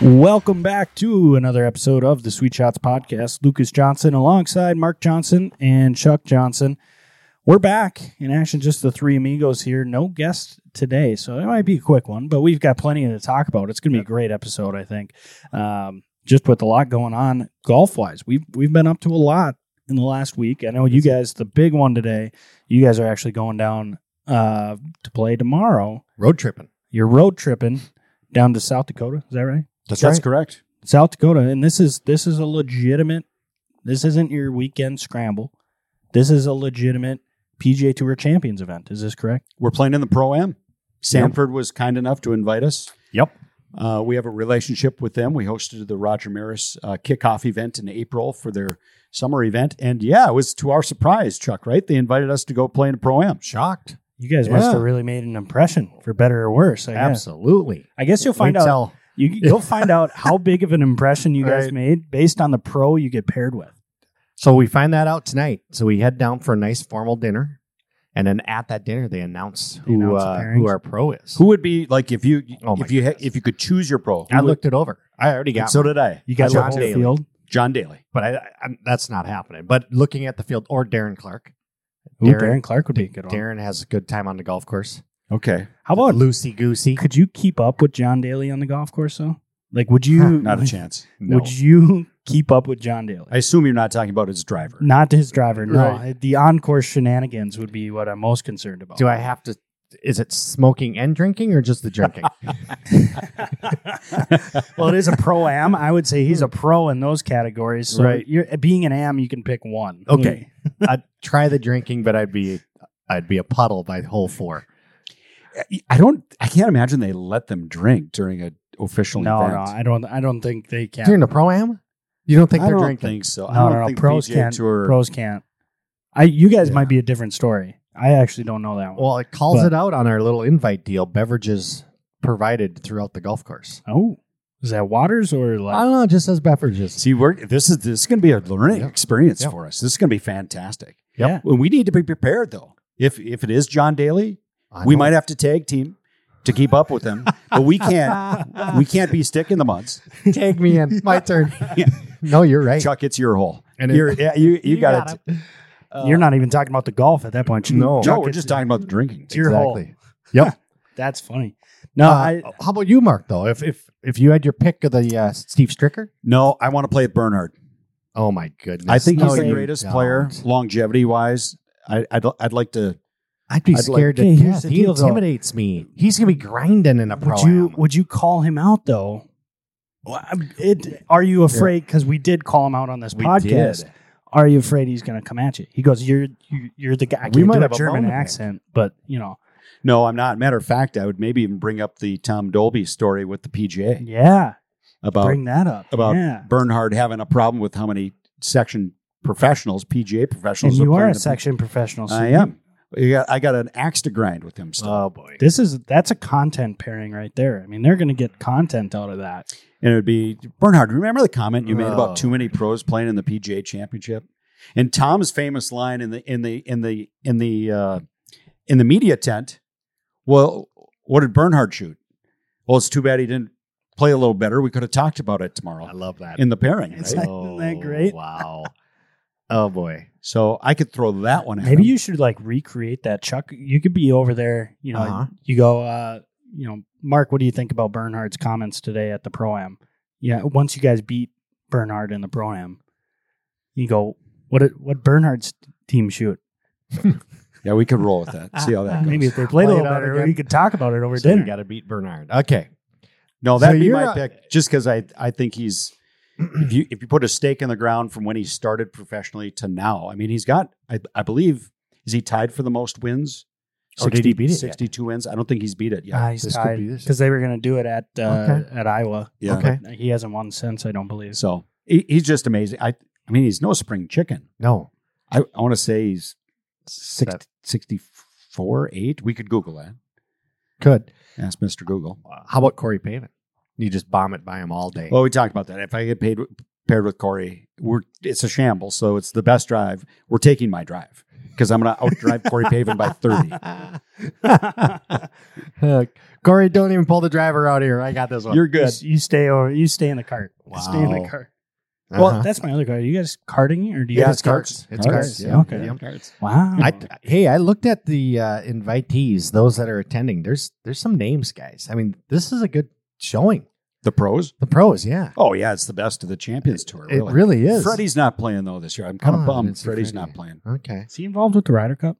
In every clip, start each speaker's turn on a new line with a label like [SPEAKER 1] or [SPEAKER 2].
[SPEAKER 1] Welcome back to another episode of the Sweet Shots Podcast. Lucas Johnson alongside Mark Johnson and Chuck Johnson. We're back in action, just the three amigos here. No guest today, so it might be a quick one, but we've got plenty to talk about. It's going to be a great episode, I think. Um, just with a lot going on golf wise, we've we've been up to a lot in the last week. I know you guys, the big one today, you guys are actually going down uh, to play tomorrow.
[SPEAKER 2] Road tripping.
[SPEAKER 1] You're road tripping down to South Dakota. Is that right?
[SPEAKER 2] That's,
[SPEAKER 3] correct.
[SPEAKER 1] South Dakota, and this is this is a legitimate. This isn't your weekend scramble. This is a legitimate PGA Tour Champions event. Is this correct?
[SPEAKER 3] We're playing in the Pro Am. Sanford was kind enough to invite us.
[SPEAKER 2] Yep.
[SPEAKER 3] Uh, we have a relationship with them. We hosted the Roger Maris uh, kickoff event in April for their summer event. And yeah, it was to our surprise, Chuck, right? They invited us to go play in a Pro Am.
[SPEAKER 2] Shocked.
[SPEAKER 1] You guys must
[SPEAKER 3] Yeah.
[SPEAKER 1] have really made an impression, for better or worse. I guess.
[SPEAKER 2] Absolutely.
[SPEAKER 1] I guess you'll find
[SPEAKER 2] Wait
[SPEAKER 1] out.
[SPEAKER 2] till-
[SPEAKER 1] You, you'll find out how big of an impression you guys
[SPEAKER 2] Right.
[SPEAKER 1] made based on the pro you get paired with.
[SPEAKER 2] So we find that out tonight. So we head down for a nice formal dinner, and then at that dinner they announce
[SPEAKER 1] They
[SPEAKER 2] who
[SPEAKER 1] announce the
[SPEAKER 2] uh,
[SPEAKER 1] pairings.
[SPEAKER 2] who our pro is.
[SPEAKER 3] Who would be like if you
[SPEAKER 2] Oh my
[SPEAKER 3] if you ha-
[SPEAKER 2] goodness.
[SPEAKER 3] if you could choose your pro?
[SPEAKER 2] I
[SPEAKER 3] who would-
[SPEAKER 2] looked it over. I already
[SPEAKER 3] and
[SPEAKER 2] got.
[SPEAKER 3] so
[SPEAKER 2] one,
[SPEAKER 3] did I.
[SPEAKER 1] You got
[SPEAKER 2] John
[SPEAKER 1] John
[SPEAKER 2] Daly.
[SPEAKER 1] field.
[SPEAKER 3] John Daly.
[SPEAKER 2] but I, I, that's not happening. But looking at the field or Darren Clark.
[SPEAKER 1] Ooh, Darren, Clark would be a good one.
[SPEAKER 2] Darren has a good time on the golf course.
[SPEAKER 3] Okay.
[SPEAKER 1] How about
[SPEAKER 2] Loosey goosey.
[SPEAKER 1] could you keep up with John Daly on the golf course though? Like, would you?
[SPEAKER 3] Not a chance.
[SPEAKER 1] Would you keep up with John Daly?
[SPEAKER 3] I assume you're not talking about his driver.
[SPEAKER 1] Not to his driver. No,
[SPEAKER 3] Right.
[SPEAKER 1] the encore shenanigans would be what I'm most concerned about.
[SPEAKER 2] Do I have to? Is it smoking and drinking or just the drinking?
[SPEAKER 1] well, it is a pro am. I would say he's a
[SPEAKER 3] Hmm.
[SPEAKER 1] pro in those categories. So
[SPEAKER 2] Right.
[SPEAKER 1] You're, being an am, you can pick one. Hmm.
[SPEAKER 2] Okay. I'd try the drinking, but I'd be I'd be a puddle by hole four.
[SPEAKER 3] I don't. I can't imagine they let them drink during an official
[SPEAKER 1] No,
[SPEAKER 3] event.
[SPEAKER 1] no, I don't. I don't think they can.
[SPEAKER 2] During the pro am, you don't think
[SPEAKER 3] I
[SPEAKER 2] they're
[SPEAKER 3] don't
[SPEAKER 2] drinking?
[SPEAKER 3] think so. I
[SPEAKER 1] no,
[SPEAKER 3] don't
[SPEAKER 1] no, no.
[SPEAKER 3] think
[SPEAKER 1] Pros
[SPEAKER 3] PGA
[SPEAKER 1] can't.
[SPEAKER 3] Tour-
[SPEAKER 1] Pros can't. I. You guys
[SPEAKER 2] Yeah.
[SPEAKER 1] might be a different story. I actually don't know that one.
[SPEAKER 2] Well, it calls
[SPEAKER 1] But-
[SPEAKER 2] it out on our little invite deal. Beverages provided throughout the golf course.
[SPEAKER 1] oh, is that waters or
[SPEAKER 2] I
[SPEAKER 1] like?
[SPEAKER 2] don't know. It just says beverages.
[SPEAKER 3] See, we're this is this is going to be a learning
[SPEAKER 2] Yeah.
[SPEAKER 3] experience
[SPEAKER 2] Yeah.
[SPEAKER 3] for us. This is going to be fantastic.
[SPEAKER 1] Yeah.
[SPEAKER 3] Well, we need to be prepared though. If if it is John Daly,
[SPEAKER 2] I
[SPEAKER 3] we
[SPEAKER 2] know.
[SPEAKER 3] might have to tag team to keep up with him, but we can't we can't be sticking the muds.
[SPEAKER 2] tag me in. My turn. No, you're right.
[SPEAKER 3] Chuck, it's your hole.
[SPEAKER 2] And
[SPEAKER 3] And
[SPEAKER 2] it-
[SPEAKER 3] You're, yeah, you you, got, it.
[SPEAKER 1] You're not even talking about the golf at that point.
[SPEAKER 2] No.
[SPEAKER 3] uh, No,
[SPEAKER 1] Chuck,
[SPEAKER 3] we're
[SPEAKER 1] it's-
[SPEAKER 3] just talking about the drinking.
[SPEAKER 1] it's your hole.
[SPEAKER 2] exactly. Yep.
[SPEAKER 1] That's funny. No,
[SPEAKER 2] Uh,
[SPEAKER 1] I.
[SPEAKER 2] how about you, Mark? Though, if if if you had your pick of the uh, Steve Stricker,
[SPEAKER 3] No, I want to play with Bernhard.
[SPEAKER 2] oh my goodness,
[SPEAKER 3] I think
[SPEAKER 2] No,
[SPEAKER 3] he's the
[SPEAKER 2] you
[SPEAKER 3] greatest
[SPEAKER 2] don't.
[SPEAKER 3] player, longevity wise. I, I'd I'd like to.
[SPEAKER 2] I'd be
[SPEAKER 3] I'd like-
[SPEAKER 2] scared
[SPEAKER 1] Okay,
[SPEAKER 2] to
[SPEAKER 1] here's
[SPEAKER 2] death.
[SPEAKER 1] the
[SPEAKER 2] He
[SPEAKER 1] deal, though.
[SPEAKER 2] intimidates me. He's gonna be grinding in a pro.
[SPEAKER 1] Would you would you call him out though? Well, I'm- It, are you afraid? Because we did call him out on this podcast.
[SPEAKER 3] did.
[SPEAKER 1] Are you afraid he's going to come at you? He goes, "You're you, you're the guy." I
[SPEAKER 2] We
[SPEAKER 1] can't
[SPEAKER 2] might
[SPEAKER 1] do
[SPEAKER 2] have
[SPEAKER 1] a
[SPEAKER 2] a
[SPEAKER 1] German
[SPEAKER 2] bone to pick.
[SPEAKER 1] accent, but you know,
[SPEAKER 3] No, I'm not. Matter of fact, I would maybe even bring up the Tom Dolby story with the PGA
[SPEAKER 1] yeah,
[SPEAKER 3] about
[SPEAKER 1] bring that up.
[SPEAKER 3] about
[SPEAKER 1] yeah,
[SPEAKER 3] Bernhard having a problem with how many section professionals, PGA
[SPEAKER 1] and
[SPEAKER 3] professionals.
[SPEAKER 1] you are
[SPEAKER 3] playing
[SPEAKER 1] a
[SPEAKER 3] the-
[SPEAKER 1] section professional. so
[SPEAKER 3] I
[SPEAKER 1] you-
[SPEAKER 3] am. You got- I got an axe to grind with him still,
[SPEAKER 2] Oh boy.
[SPEAKER 1] This is that's a content pairing right there. I mean, they're going to get content out of that.
[SPEAKER 3] and it would be Bernhard. Remember the comment you made
[SPEAKER 2] Oh.
[SPEAKER 3] about too many pros playing in the PGA Championship, and Tom's famous line in the in the in the in the uh, in the media tent. Well, what did Bernhard shoot? Well, it's too bad he didn't play a little better. We could have talked about it
[SPEAKER 2] I
[SPEAKER 3] tomorrow
[SPEAKER 2] love that.
[SPEAKER 3] in the pairing.
[SPEAKER 1] It's
[SPEAKER 3] right?
[SPEAKER 1] like- Isn't that great?
[SPEAKER 2] Wow. oh boy.
[SPEAKER 3] so I could throw that one. At
[SPEAKER 1] Maybe
[SPEAKER 3] him.
[SPEAKER 1] you should like recreate that, Chuck. You could be over there. You know,
[SPEAKER 2] Uh-huh.
[SPEAKER 1] you go. uh You know, Mark, what do you think about Bernhard's comments today at the pro am? Yeah, once you guys beat Bernhard in the pro am, you go. What did what Bernhard's team shoot?
[SPEAKER 3] Yeah, we could roll with that. Ah, See how that goes.
[SPEAKER 1] Maybe if they played
[SPEAKER 2] Play
[SPEAKER 1] a
[SPEAKER 2] it
[SPEAKER 1] little
[SPEAKER 2] out
[SPEAKER 1] better,
[SPEAKER 2] again.
[SPEAKER 1] we could talk about it over
[SPEAKER 2] So we
[SPEAKER 1] dinner.
[SPEAKER 2] got to beat Bernard. Okay.
[SPEAKER 3] No,
[SPEAKER 2] So
[SPEAKER 3] that'd be
[SPEAKER 2] you're
[SPEAKER 3] my
[SPEAKER 2] not-
[SPEAKER 3] pick. Just because I, I think he's if you if you put a stake in the ground from when he started professionally to now, I mean, he's got I, I believe is he tied for the most wins?
[SPEAKER 2] Or Oh, did he beat it yet?
[SPEAKER 3] Sixty-two wins. I don't think he's beat it yet.
[SPEAKER 1] Ah, he's
[SPEAKER 2] this could
[SPEAKER 1] tied
[SPEAKER 2] be this.
[SPEAKER 1] because they were going to do it at uh,
[SPEAKER 2] Okay.
[SPEAKER 1] at Iowa.
[SPEAKER 3] yeah.
[SPEAKER 2] Okay.
[SPEAKER 1] He hasn't won since, I don't believe.
[SPEAKER 3] So he, he's just amazing. I I mean, he's no spring chicken.
[SPEAKER 2] No.
[SPEAKER 3] I, I want to say he's six-
[SPEAKER 2] That-
[SPEAKER 3] 64, 8. We could Google that.
[SPEAKER 2] Good.
[SPEAKER 3] Ask Mr. Google.
[SPEAKER 2] How about Corey Pavin? You just bomb it by him all day.
[SPEAKER 3] Well, we talked about that. If I get paid paired with Corey, we're it's a shamble. So it's the best drive. We're taking my drive. because I'm going to outdrive Corey Pavin by 30.
[SPEAKER 2] Corey, don't even pull the driver out here. I got this one.
[SPEAKER 3] You're
[SPEAKER 1] You,
[SPEAKER 3] good.
[SPEAKER 1] s- you stay over. You stay in the cart. Stay in the
[SPEAKER 3] Wow.
[SPEAKER 1] cart.
[SPEAKER 2] Uh-huh.
[SPEAKER 1] Well, that's my other card. Are you guys karting or do you
[SPEAKER 3] Yeah,
[SPEAKER 1] guys
[SPEAKER 3] it's carts.
[SPEAKER 2] It's
[SPEAKER 1] Carts,
[SPEAKER 2] carts. Yeah.
[SPEAKER 1] okay.
[SPEAKER 2] Yeah.
[SPEAKER 1] Wow.
[SPEAKER 2] I, hey, I looked at the uh, invitees, those that are attending. There's there's some names, guys. I mean, this is a good showing.
[SPEAKER 3] The pros?
[SPEAKER 2] The pros, yeah.
[SPEAKER 3] Oh, yeah. It's the best of the Champions Tour. Really.
[SPEAKER 2] It really is.
[SPEAKER 3] Freddie's not playing, though, this year. I'm kind
[SPEAKER 2] Oh,
[SPEAKER 3] of
[SPEAKER 2] I
[SPEAKER 3] bummed
[SPEAKER 2] didn't see
[SPEAKER 3] Freddie's
[SPEAKER 2] Freddie.
[SPEAKER 3] not playing.
[SPEAKER 2] Okay.
[SPEAKER 1] Is he involved with the Ryder Cup?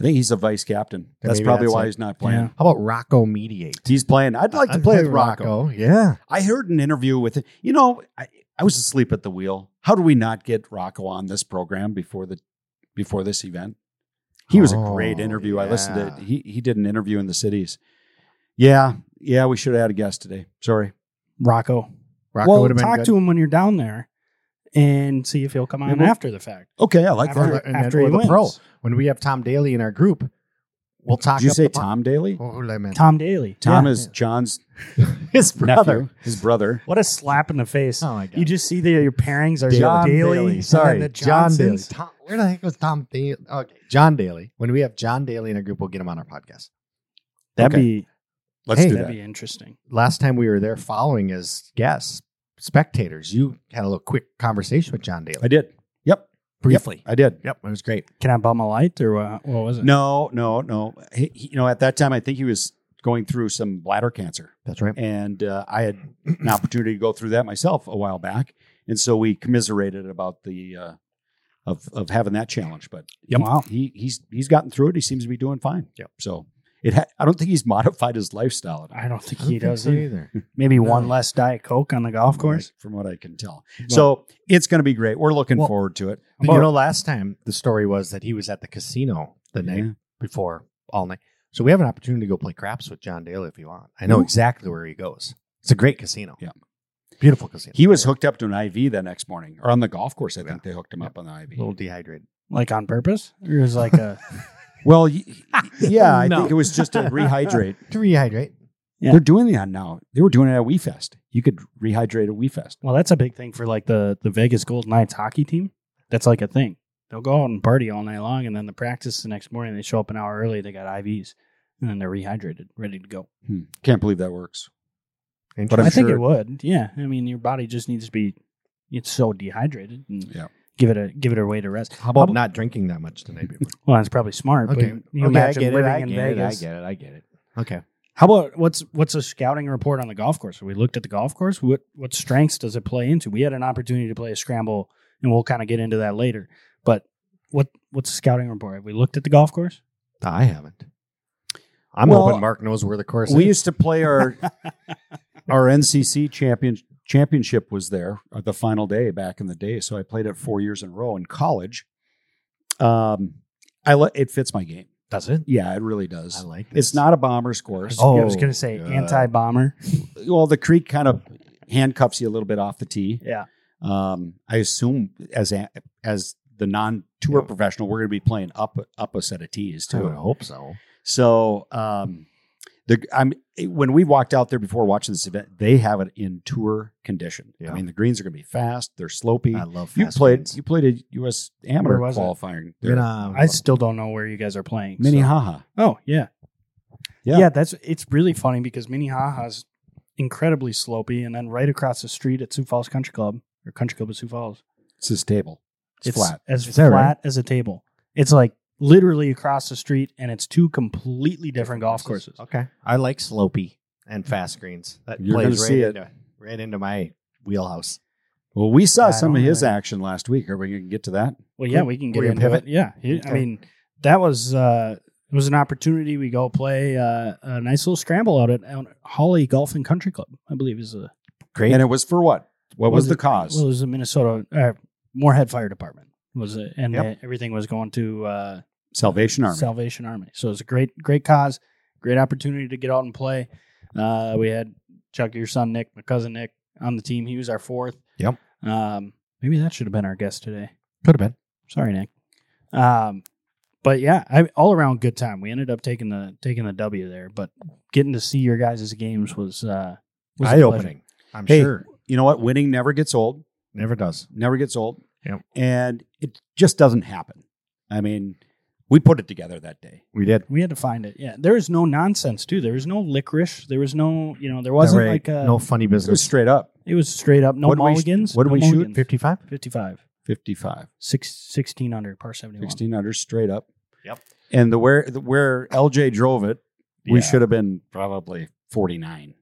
[SPEAKER 3] I think he's a vice captain.
[SPEAKER 2] Yeah,
[SPEAKER 3] That's
[SPEAKER 2] maybe
[SPEAKER 3] probably
[SPEAKER 2] that's
[SPEAKER 3] why
[SPEAKER 2] it.
[SPEAKER 3] he's not playing.
[SPEAKER 1] Yeah.
[SPEAKER 2] How about Rocco Mediate?
[SPEAKER 3] He's playing. I'd like to
[SPEAKER 2] I'd
[SPEAKER 3] play with Rocco.
[SPEAKER 2] Yeah.
[SPEAKER 3] I heard an interview with You know, I, I was asleep at the wheel. How do we not get Rocco on this program before the before this event? He was a great
[SPEAKER 2] Oh,
[SPEAKER 3] interview. I listened to
[SPEAKER 2] yeah.
[SPEAKER 3] it. He he did an interview in the cities. Yeah, yeah, we should have had a guest today. Sorry.
[SPEAKER 1] Rocco.
[SPEAKER 2] Rocco
[SPEAKER 1] well,
[SPEAKER 2] would have been
[SPEAKER 1] talk
[SPEAKER 2] good.
[SPEAKER 1] to him when you're down there, and see if he'll come on
[SPEAKER 3] Maybe-
[SPEAKER 1] after the fact.
[SPEAKER 3] Okay, I like
[SPEAKER 1] after
[SPEAKER 3] that.
[SPEAKER 2] that. And then
[SPEAKER 1] after
[SPEAKER 2] with
[SPEAKER 1] he
[SPEAKER 2] the
[SPEAKER 1] wins.
[SPEAKER 2] pro. When we have Tom Daly in our group, we'll talk.
[SPEAKER 3] Did you
[SPEAKER 2] up
[SPEAKER 3] say
[SPEAKER 2] the-
[SPEAKER 3] Tom Daly?
[SPEAKER 2] Oh, who did I meant?
[SPEAKER 1] Tom Daly.
[SPEAKER 3] Tom
[SPEAKER 1] Yeah.
[SPEAKER 3] is John's
[SPEAKER 2] His
[SPEAKER 3] nephew, his brother.
[SPEAKER 1] What a slap in the face.
[SPEAKER 2] Oh my god.
[SPEAKER 1] you just see that your pairings are
[SPEAKER 2] John
[SPEAKER 1] Daly.
[SPEAKER 2] Daly.
[SPEAKER 1] and
[SPEAKER 2] Sorry,
[SPEAKER 1] then the
[SPEAKER 2] John Daly.
[SPEAKER 1] Johnsons.
[SPEAKER 2] Tom, where the heck was Tom Daly? Okay, John Daly. When we have John Daly in our group, we'll get him on our podcast.
[SPEAKER 1] That'd
[SPEAKER 3] Okay.
[SPEAKER 1] be
[SPEAKER 3] Let's
[SPEAKER 2] Hey,
[SPEAKER 3] do
[SPEAKER 1] that'd
[SPEAKER 3] that.
[SPEAKER 1] be interesting.
[SPEAKER 2] Last time we were there, following as guests, spectators, you had a little quick conversation with John Daly
[SPEAKER 3] I did. Yep.
[SPEAKER 2] briefly.
[SPEAKER 3] I did.
[SPEAKER 2] Yep, it was great.
[SPEAKER 1] Can I bum a light or what, what was it?
[SPEAKER 3] No, no, no. He, he- you know, at that time, I think he was going through some bladder cancer.
[SPEAKER 2] That's right.
[SPEAKER 3] and uh, I had an opportunity to go through that myself a while back, and so we commiserated about the uh, of of having that challenge. But
[SPEAKER 1] Yep. Wow.
[SPEAKER 3] he he's he's gotten through it. He seems to be doing fine.
[SPEAKER 2] Yep.
[SPEAKER 3] So it ha- I don't think he's modified his lifestyle at all.
[SPEAKER 1] I don't think
[SPEAKER 2] I don't
[SPEAKER 1] he
[SPEAKER 2] think
[SPEAKER 1] does
[SPEAKER 2] so
[SPEAKER 1] either.
[SPEAKER 2] either.
[SPEAKER 1] Maybe one
[SPEAKER 2] No.
[SPEAKER 1] less Diet Coke on the golf course.
[SPEAKER 3] from what I can tell. So it's going to be great. We're looking
[SPEAKER 2] Well-
[SPEAKER 3] forward to it.
[SPEAKER 2] But you know, last time the story was that he was at the casino the
[SPEAKER 3] Yeah.
[SPEAKER 2] night before all night. So we have an opportunity to go play craps with John Daly if you want. I know exactly where he goes. It's a great casino.
[SPEAKER 3] Yeah.
[SPEAKER 2] Beautiful casino.
[SPEAKER 3] He was hooked up to an IV the next morning, or on the golf course. I think they hooked him
[SPEAKER 2] Yeah.
[SPEAKER 3] up on the IV.
[SPEAKER 2] a little dehydrated.
[SPEAKER 1] Like on purpose? Or is like a
[SPEAKER 3] Well, y- y- yeah, I
[SPEAKER 2] No.
[SPEAKER 3] think it was just to rehydrate.
[SPEAKER 2] To rehydrate.
[SPEAKER 1] Yeah.
[SPEAKER 3] They're doing that now. They were doing it at WeFest. You could rehydrate at WeFest.
[SPEAKER 1] well, that's a big thing for like the the Vegas Golden Knights hockey team. That's like a thing. They'll go out and party all night long, and then the practice the next morning they show up an hour early. They got IVs, and then they're rehydrated, ready to go.
[SPEAKER 3] Hmm. Can't believe that works. But
[SPEAKER 1] i
[SPEAKER 3] I'm
[SPEAKER 1] think
[SPEAKER 3] sure-
[SPEAKER 1] it would. Yeah, I mean your body just needs to be. It's so dehydrated. And
[SPEAKER 3] Yeah.
[SPEAKER 1] Give it a give it a way to rest.
[SPEAKER 2] How about not drinking that much the night before?
[SPEAKER 1] Well, that's probably smart. But you imagine living in Vegas.
[SPEAKER 2] it. I get it. Okay.
[SPEAKER 1] How about what's what's a scouting report on the golf course? We looked at the golf course. What what strengths does it play into? We had an opportunity to play a scramble, and we'll kind of get into that later. But what what's a scouting report? Have we looked at the golf course?
[SPEAKER 2] I haven't. I'm
[SPEAKER 3] Well,
[SPEAKER 2] hoping Mark knows where the course
[SPEAKER 3] We
[SPEAKER 2] is.
[SPEAKER 3] used to play our our NCC champion championship was there uh, the final day back in the day. So I played it four years in a row in college. Um, I li- it fits my game.
[SPEAKER 2] Does it?
[SPEAKER 3] Yeah, it really does.
[SPEAKER 2] I like this.
[SPEAKER 3] it's not a bomber's course.
[SPEAKER 1] I was
[SPEAKER 2] Oh,
[SPEAKER 1] going to say
[SPEAKER 2] God.
[SPEAKER 1] anti bomber.
[SPEAKER 3] Well, the creek kind of handcuffs you a little bit off the tee.
[SPEAKER 1] Yeah,
[SPEAKER 3] Um, I assume as a, as the non tour professional, we're going to be playing up up a set of tees
[SPEAKER 2] I
[SPEAKER 3] too.
[SPEAKER 2] would hope so.
[SPEAKER 3] So um, the I'm when we walked out there before watching this event, they have it in tour condition.
[SPEAKER 2] Yeah.
[SPEAKER 3] I mean, the greens are going to be fast; they're slopey.
[SPEAKER 2] I love
[SPEAKER 3] you
[SPEAKER 2] fast
[SPEAKER 3] played
[SPEAKER 2] greens.
[SPEAKER 3] you played a U.S. amateur
[SPEAKER 1] Where was it?
[SPEAKER 3] qualifying.
[SPEAKER 2] I mean,
[SPEAKER 3] There.
[SPEAKER 2] uh,
[SPEAKER 1] I still don't know where you guys are playing. so-
[SPEAKER 3] Minnehaha.
[SPEAKER 1] Oh yeah.
[SPEAKER 3] Yeah.
[SPEAKER 1] yeah, That's it's really funny because Minnehaha's incredibly slopey, and then right across the street at Sioux Falls Country Club or Country Club at Sioux Falls.
[SPEAKER 3] It's this table. It's, flat.
[SPEAKER 1] as
[SPEAKER 2] Is that
[SPEAKER 1] flat
[SPEAKER 2] right?
[SPEAKER 1] as a table. It's like literally across the street, and it's two completely different golf courses.
[SPEAKER 2] Okay. I like slopey and fast greens. That
[SPEAKER 3] You're
[SPEAKER 2] plays
[SPEAKER 3] gonna
[SPEAKER 2] right
[SPEAKER 3] see it.
[SPEAKER 2] into right into my wheelhouse.
[SPEAKER 3] Well, we saw
[SPEAKER 1] I
[SPEAKER 3] some of
[SPEAKER 1] don't
[SPEAKER 3] his
[SPEAKER 1] know.
[SPEAKER 3] action last week. Are we going to get to that?
[SPEAKER 1] Well, yeah, we can get
[SPEAKER 2] Oh, We're gonna
[SPEAKER 1] into
[SPEAKER 2] pivot?
[SPEAKER 1] it. Yeah, He- I
[SPEAKER 2] Okay.
[SPEAKER 1] mean that was uh, it was an opportunity. We go play uh, a nice little scramble out at out at Holly Golf and Country Club, I believe is the
[SPEAKER 2] Great.
[SPEAKER 3] And it was for what? What was,
[SPEAKER 1] Was
[SPEAKER 3] the
[SPEAKER 1] it-
[SPEAKER 3] cause?
[SPEAKER 1] well, it was the Minnesota uh, Moorhead Fire Department was it, and
[SPEAKER 2] Yep.
[SPEAKER 1] uh, everything was going to uh,
[SPEAKER 3] Salvation Army.
[SPEAKER 1] Salvation Army. So it's a great, great cause, great opportunity to get out and play. Uh, we had Chuck, your son Nick, my cousin Nick, on the team. He was our fourth.
[SPEAKER 2] Yep.
[SPEAKER 1] Um, maybe that should have been our guest today.
[SPEAKER 2] Could have been.
[SPEAKER 1] Sorry, Nick. Um, but yeah, I, all around good time. We ended up taking the taking the W there, but getting to see your guys' games was uh, was a
[SPEAKER 2] Eye
[SPEAKER 1] pleasure.
[SPEAKER 2] opening. I'm
[SPEAKER 3] Hey.
[SPEAKER 2] sure.
[SPEAKER 3] you know what? Winning never gets old.
[SPEAKER 2] Never does.
[SPEAKER 3] Never gets old.
[SPEAKER 2] Yep.
[SPEAKER 3] And it just doesn't happen. I mean, We put it together that day.
[SPEAKER 2] We did.
[SPEAKER 1] We had to find it. Yeah, there was no nonsense too. There was no licorice. There was no, you know, there wasn't
[SPEAKER 2] Right.
[SPEAKER 3] uh,
[SPEAKER 1] like a.
[SPEAKER 2] no funny
[SPEAKER 3] It was
[SPEAKER 2] business.
[SPEAKER 3] straight up
[SPEAKER 1] It was straight up. No
[SPEAKER 3] What did we-
[SPEAKER 1] mulligans.
[SPEAKER 3] what did
[SPEAKER 1] no
[SPEAKER 3] we shoot?
[SPEAKER 1] mulligans.
[SPEAKER 2] 55?
[SPEAKER 1] 55.
[SPEAKER 3] 55,
[SPEAKER 1] Six, 16 under par 71.
[SPEAKER 3] 16 under straight up.
[SPEAKER 2] Yep.
[SPEAKER 3] And the where the, where LJ drove it,
[SPEAKER 2] Yeah.
[SPEAKER 3] we should have been probably 49.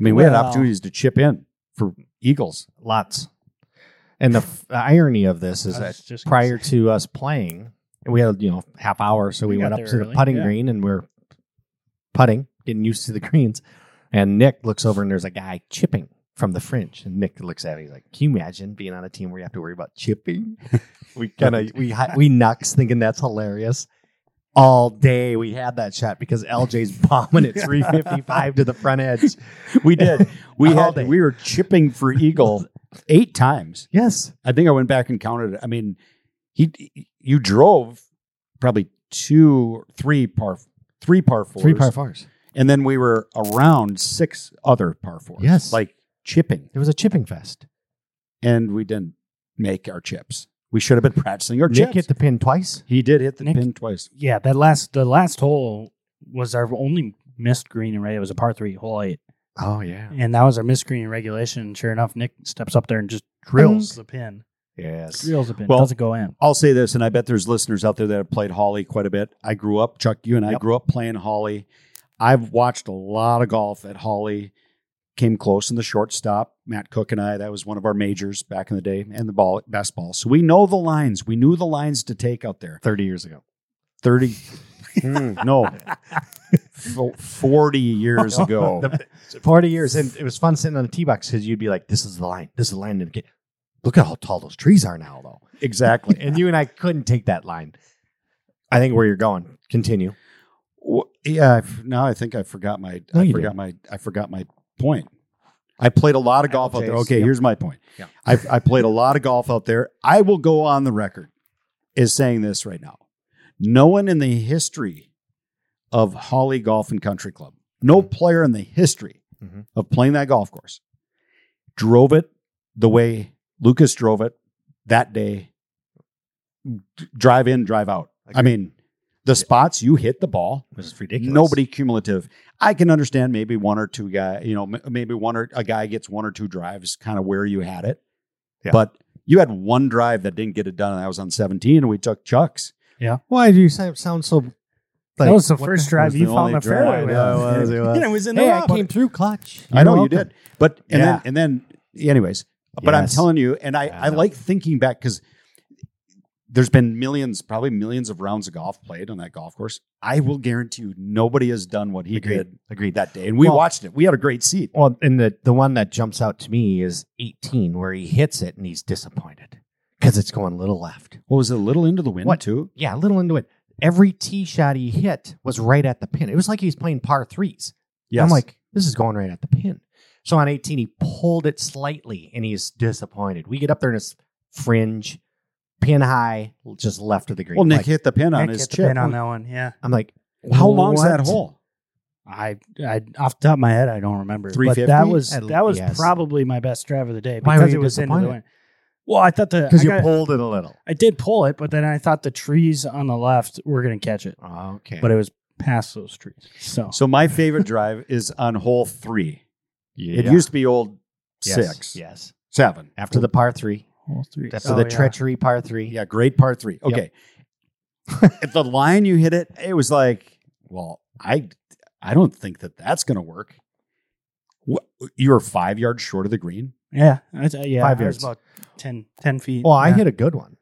[SPEAKER 3] I mean, we had
[SPEAKER 1] Well-
[SPEAKER 3] opportunities to chip in for Eagles.
[SPEAKER 2] Lots. And the f- irony of this is
[SPEAKER 1] I was
[SPEAKER 2] that
[SPEAKER 1] just gonna
[SPEAKER 2] prior to us playing, we had, you know, half hour. So we,
[SPEAKER 1] We
[SPEAKER 2] went
[SPEAKER 1] got
[SPEAKER 2] up
[SPEAKER 1] there
[SPEAKER 2] to
[SPEAKER 1] early,
[SPEAKER 2] the putting
[SPEAKER 1] yeah.
[SPEAKER 2] green and we're putting, getting used to the greens. And Nick looks over and there's a guy chipping from the fringe. And Nick looks at me, he's like, Can you imagine being on a team where you have to worry about chipping? we kind of, we, hi- we nux thinking that's hilarious. All day we had that shot because LJ's bombing at 355 to the front edge.
[SPEAKER 3] We did. We
[SPEAKER 2] All
[SPEAKER 3] had
[SPEAKER 2] day.
[SPEAKER 3] we were chipping for Eagle eight times.
[SPEAKER 2] Yes.
[SPEAKER 3] I think I went back and counted. it. I mean, he you drove probably two, three par, three par fours,
[SPEAKER 2] Three par fours.
[SPEAKER 3] and then we were around six other par fours.
[SPEAKER 2] Yes.
[SPEAKER 3] like chipping,
[SPEAKER 2] It was a chipping fest.
[SPEAKER 3] and we didn't make our chips. We should have been practicing our
[SPEAKER 2] Nick
[SPEAKER 3] chips.
[SPEAKER 2] hit the pin twice.
[SPEAKER 3] he did hit the
[SPEAKER 1] Nick-
[SPEAKER 3] pin twice.
[SPEAKER 1] Yeah, that last the last hole was our only missed green and right. It was a par three, hole eight,
[SPEAKER 2] Oh yeah.
[SPEAKER 1] and that was our missed green in regulation. And sure enough, Nick steps up there and just drills the pin.
[SPEAKER 2] Yes.
[SPEAKER 1] Drills the pin.
[SPEAKER 3] Well-
[SPEAKER 1] doesn't go in.
[SPEAKER 3] I'll say this, and I bet there's listeners out there that have played Holly quite a bit. I grew up, Chuck, you and I
[SPEAKER 2] Yep.
[SPEAKER 3] grew up playing Holly. I've watched a lot of golf at Holly. Came close in the shortstop, Matt Cook and I. That was one of our majors back in the day, and the ball, best ball. So we know the lines. We knew the lines to take out there.
[SPEAKER 2] Thirty years ago.
[SPEAKER 3] 30, no, fo- 40 years ago.
[SPEAKER 2] The- Forty years, and it was fun sitting on the tee box because you'd be like, "This is the line. This is the line." And get, look at how tall those trees are now, though.
[SPEAKER 3] exactly.
[SPEAKER 2] And you and I couldn't take that line. I think where you're going. Continue.
[SPEAKER 3] Wh- yeah, I f- now I think I forgot my
[SPEAKER 2] No,
[SPEAKER 3] I
[SPEAKER 2] you
[SPEAKER 3] forgot my I forgot my point. I played a lot of golf out there.
[SPEAKER 2] Apple Jays,
[SPEAKER 3] Okay,
[SPEAKER 2] yep.
[SPEAKER 3] here's my point.
[SPEAKER 2] Yeah.
[SPEAKER 3] I, I played a lot of golf out there. I will go on the record as saying this right now. No one in the history of Holly Golf and Country Club,
[SPEAKER 2] Mm-hmm.
[SPEAKER 3] no player in the history
[SPEAKER 2] Mhm.
[SPEAKER 3] of playing that golf course, drove it the way Lucas drove it that day. D- drive in, drive out. I
[SPEAKER 2] Agreed.
[SPEAKER 3] mean, the spots you hit the ball,
[SPEAKER 2] This is ridiculous.
[SPEAKER 3] Nobody cumulative. I can understand maybe one or two guy, you know, m- maybe one or a guy gets one or two drives, kind of where you had it.
[SPEAKER 2] Yeah.
[SPEAKER 3] But you had one drive that didn't get it done, and that was on 17, and we took Chucks.
[SPEAKER 2] Why do you sa- sound so? Like,
[SPEAKER 1] that was the
[SPEAKER 2] what
[SPEAKER 1] first
[SPEAKER 2] hell?
[SPEAKER 1] drive
[SPEAKER 3] was
[SPEAKER 1] you
[SPEAKER 3] the
[SPEAKER 1] found
[SPEAKER 3] only
[SPEAKER 1] the fairway
[SPEAKER 3] drive.
[SPEAKER 1] with.
[SPEAKER 3] Yeah, it was, it was.
[SPEAKER 1] And it was in the
[SPEAKER 2] Uh, Hey, I
[SPEAKER 1] rough.
[SPEAKER 2] came through clutch.
[SPEAKER 3] I
[SPEAKER 2] You're
[SPEAKER 3] know
[SPEAKER 2] welcome.
[SPEAKER 3] you did, but and
[SPEAKER 2] Yeah.
[SPEAKER 3] then and then, anyways. But I'm
[SPEAKER 2] Yes.
[SPEAKER 3] telling you, and I,
[SPEAKER 2] Yeah,
[SPEAKER 3] I
[SPEAKER 2] no.
[SPEAKER 3] like thinking back because there's been millions, probably millions of rounds of golf played on that golf course. I will guarantee you, nobody has done what he
[SPEAKER 2] Agreed.
[SPEAKER 3] did
[SPEAKER 2] Agreed.
[SPEAKER 3] that day, and we
[SPEAKER 2] Well-
[SPEAKER 3] watched it. We had a great seat.
[SPEAKER 2] Well, and the the one that jumps out to me is 18, where he hits it and he's disappointed because it's going little left.
[SPEAKER 3] What was it? A little into the wind
[SPEAKER 2] What?
[SPEAKER 3] too.
[SPEAKER 2] Yeah, a little into it. Every tee shot he hit was right at the pin. It was like he was playing par threes.
[SPEAKER 3] Yes.
[SPEAKER 2] I'm like, this is going right at the pin. So on 18, he pulled it slightly and he's disappointed. We get up there and it's fringe, pin high, just left of the green.
[SPEAKER 3] Well, Nick
[SPEAKER 2] Like,
[SPEAKER 3] hit the pin on
[SPEAKER 1] Nick
[SPEAKER 3] his
[SPEAKER 1] hit the
[SPEAKER 3] chip.
[SPEAKER 1] pin on that one. Yeah,
[SPEAKER 2] I'm like,
[SPEAKER 3] How long's that
[SPEAKER 2] what?
[SPEAKER 3] hole?
[SPEAKER 1] I, I off the top of my head, I don't remember. But
[SPEAKER 3] 350?
[SPEAKER 1] that was
[SPEAKER 2] At-
[SPEAKER 1] that was
[SPEAKER 2] yes.
[SPEAKER 1] probably my best drive of the day
[SPEAKER 2] Why were
[SPEAKER 1] because
[SPEAKER 2] you
[SPEAKER 1] it was into the
[SPEAKER 2] disappointed?
[SPEAKER 1] wind. Well, I thought the
[SPEAKER 2] Because
[SPEAKER 1] I
[SPEAKER 2] you
[SPEAKER 1] got-
[SPEAKER 2] pulled it a little.
[SPEAKER 1] I did pull it, but then I thought the trees on the left were going to catch it,
[SPEAKER 2] Okay.
[SPEAKER 1] but it was past those trees. So,
[SPEAKER 3] So my favorite drive is on hole three. It used to be old six,
[SPEAKER 2] Yes.
[SPEAKER 3] seven.
[SPEAKER 2] After the par three.
[SPEAKER 1] all three.
[SPEAKER 2] After
[SPEAKER 1] Oh,
[SPEAKER 2] the
[SPEAKER 1] yeah.
[SPEAKER 2] treachery par three.
[SPEAKER 3] yeah, great par three. Okay, at the line you hit it, it was like, well, I, I don't think that that's going to work. What, you were five yards short of the green.
[SPEAKER 1] Yeah, that's, uh, yeah.
[SPEAKER 2] Five
[SPEAKER 1] I was
[SPEAKER 2] yards.
[SPEAKER 1] about 10, 10 feet.
[SPEAKER 2] Well, I
[SPEAKER 1] Yeah.
[SPEAKER 2] hit a good one,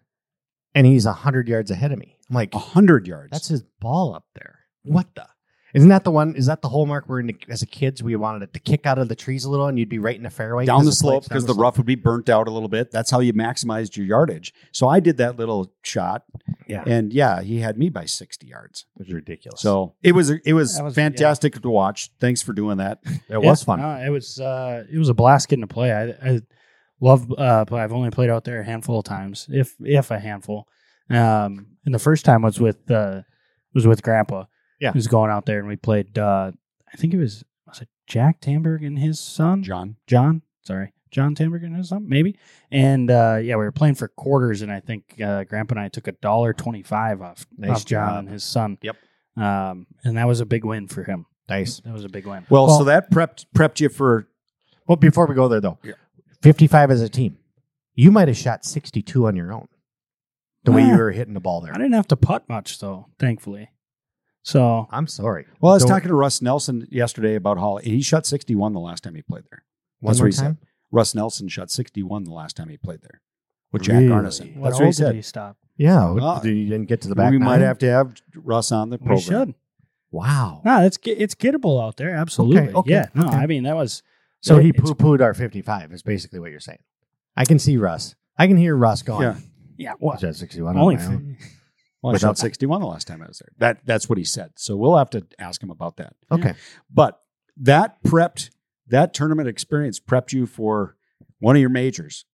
[SPEAKER 2] and he's hundred yards ahead of me. I'm like,
[SPEAKER 3] A hundred yards.
[SPEAKER 2] that's his ball up there. What the? Hmm. Isn't that the one? Is that the hallmark where, in the, as a kids, we wanted it to kick out of the trees a little, and you'd be right in the fairway
[SPEAKER 3] down
[SPEAKER 2] 'cause
[SPEAKER 3] the slope
[SPEAKER 2] plate's down
[SPEAKER 3] because the
[SPEAKER 2] slope.
[SPEAKER 3] rough would be burnt out a little bit. That's how you maximized your yardage. So I did that little shot.
[SPEAKER 2] Yeah.
[SPEAKER 3] and yeah, he had me by sixty yards.
[SPEAKER 2] It was ridiculous.
[SPEAKER 3] So it was it was,
[SPEAKER 1] That was-
[SPEAKER 3] fantastic to watch. Thanks for doing that.
[SPEAKER 2] it
[SPEAKER 1] Yeah,
[SPEAKER 2] was fun.
[SPEAKER 1] no, it was uh, it was a blast getting to play. I, I love. Uh, play. I've only played out there a handful of times, if if a handful. Um, and the first time was with uh, was with Grandpa.
[SPEAKER 2] Yeah.
[SPEAKER 1] who's going out there, and we played. Uh, I think it was was it Jack Tamberg and his son
[SPEAKER 3] John.
[SPEAKER 1] John. Sorry, John Tambergen or something, maybe. And uh, yeah, we were playing for quarters, and I think uh, Grandpa and I took a dollar twenty-five off,
[SPEAKER 2] Nice
[SPEAKER 1] off John
[SPEAKER 2] job.
[SPEAKER 1] and his son.
[SPEAKER 2] Yep.
[SPEAKER 1] Um, and that was a big win for him.
[SPEAKER 2] Nice.
[SPEAKER 1] That was a big win.
[SPEAKER 3] Well,
[SPEAKER 2] Well-
[SPEAKER 3] so that prepped prepped you for
[SPEAKER 2] Well, before we go there though,
[SPEAKER 3] Yeah.
[SPEAKER 2] 55 as a team. You might have shot 62 on your own. The way
[SPEAKER 1] Ah.
[SPEAKER 2] you were hitting the ball there.
[SPEAKER 1] I didn't have to putt much though, thankfully. So
[SPEAKER 2] I'm sorry.
[SPEAKER 3] Well, I was
[SPEAKER 2] Don't-
[SPEAKER 3] talking to Russ Nelson yesterday about Holly. He shot 61 the last time he played there.
[SPEAKER 2] One
[SPEAKER 3] That's
[SPEAKER 2] more
[SPEAKER 3] what he said.
[SPEAKER 2] time.
[SPEAKER 3] Russ Nelson shot 61 the last time he played there with Jack
[SPEAKER 2] Really?
[SPEAKER 3] Arneson.
[SPEAKER 1] what
[SPEAKER 3] That's what
[SPEAKER 1] hole
[SPEAKER 3] he
[SPEAKER 1] did
[SPEAKER 3] said.
[SPEAKER 1] he stop?
[SPEAKER 2] Yeah. oh,
[SPEAKER 3] Well,
[SPEAKER 2] you didn't get to the back.
[SPEAKER 3] Ah. we might
[SPEAKER 2] nine?
[SPEAKER 3] have Ah. to have Russ on the program.
[SPEAKER 1] We should.
[SPEAKER 2] Wow.
[SPEAKER 1] No, it's ge- it's gettable out there. Absolutely.
[SPEAKER 2] okay,
[SPEAKER 1] yeah. No,
[SPEAKER 2] okay.
[SPEAKER 1] I mean that was
[SPEAKER 2] So
[SPEAKER 1] it-
[SPEAKER 2] he
[SPEAKER 1] it's-
[SPEAKER 2] poo pooed our 55, is basically what you're saying. I can see Russ. I can hear Russ going.
[SPEAKER 3] Yeah.
[SPEAKER 1] yeah. What?
[SPEAKER 2] Shot 61 on
[SPEAKER 1] Only
[SPEAKER 2] my own.
[SPEAKER 1] f-
[SPEAKER 3] Well, I
[SPEAKER 2] Without-
[SPEAKER 3] shot 61 the last time I was there. That that's what he said. So we'll have to ask him about that.
[SPEAKER 1] Yeah.
[SPEAKER 2] Okay.
[SPEAKER 3] But that prepped that tournament experience prepped you for one of your majors.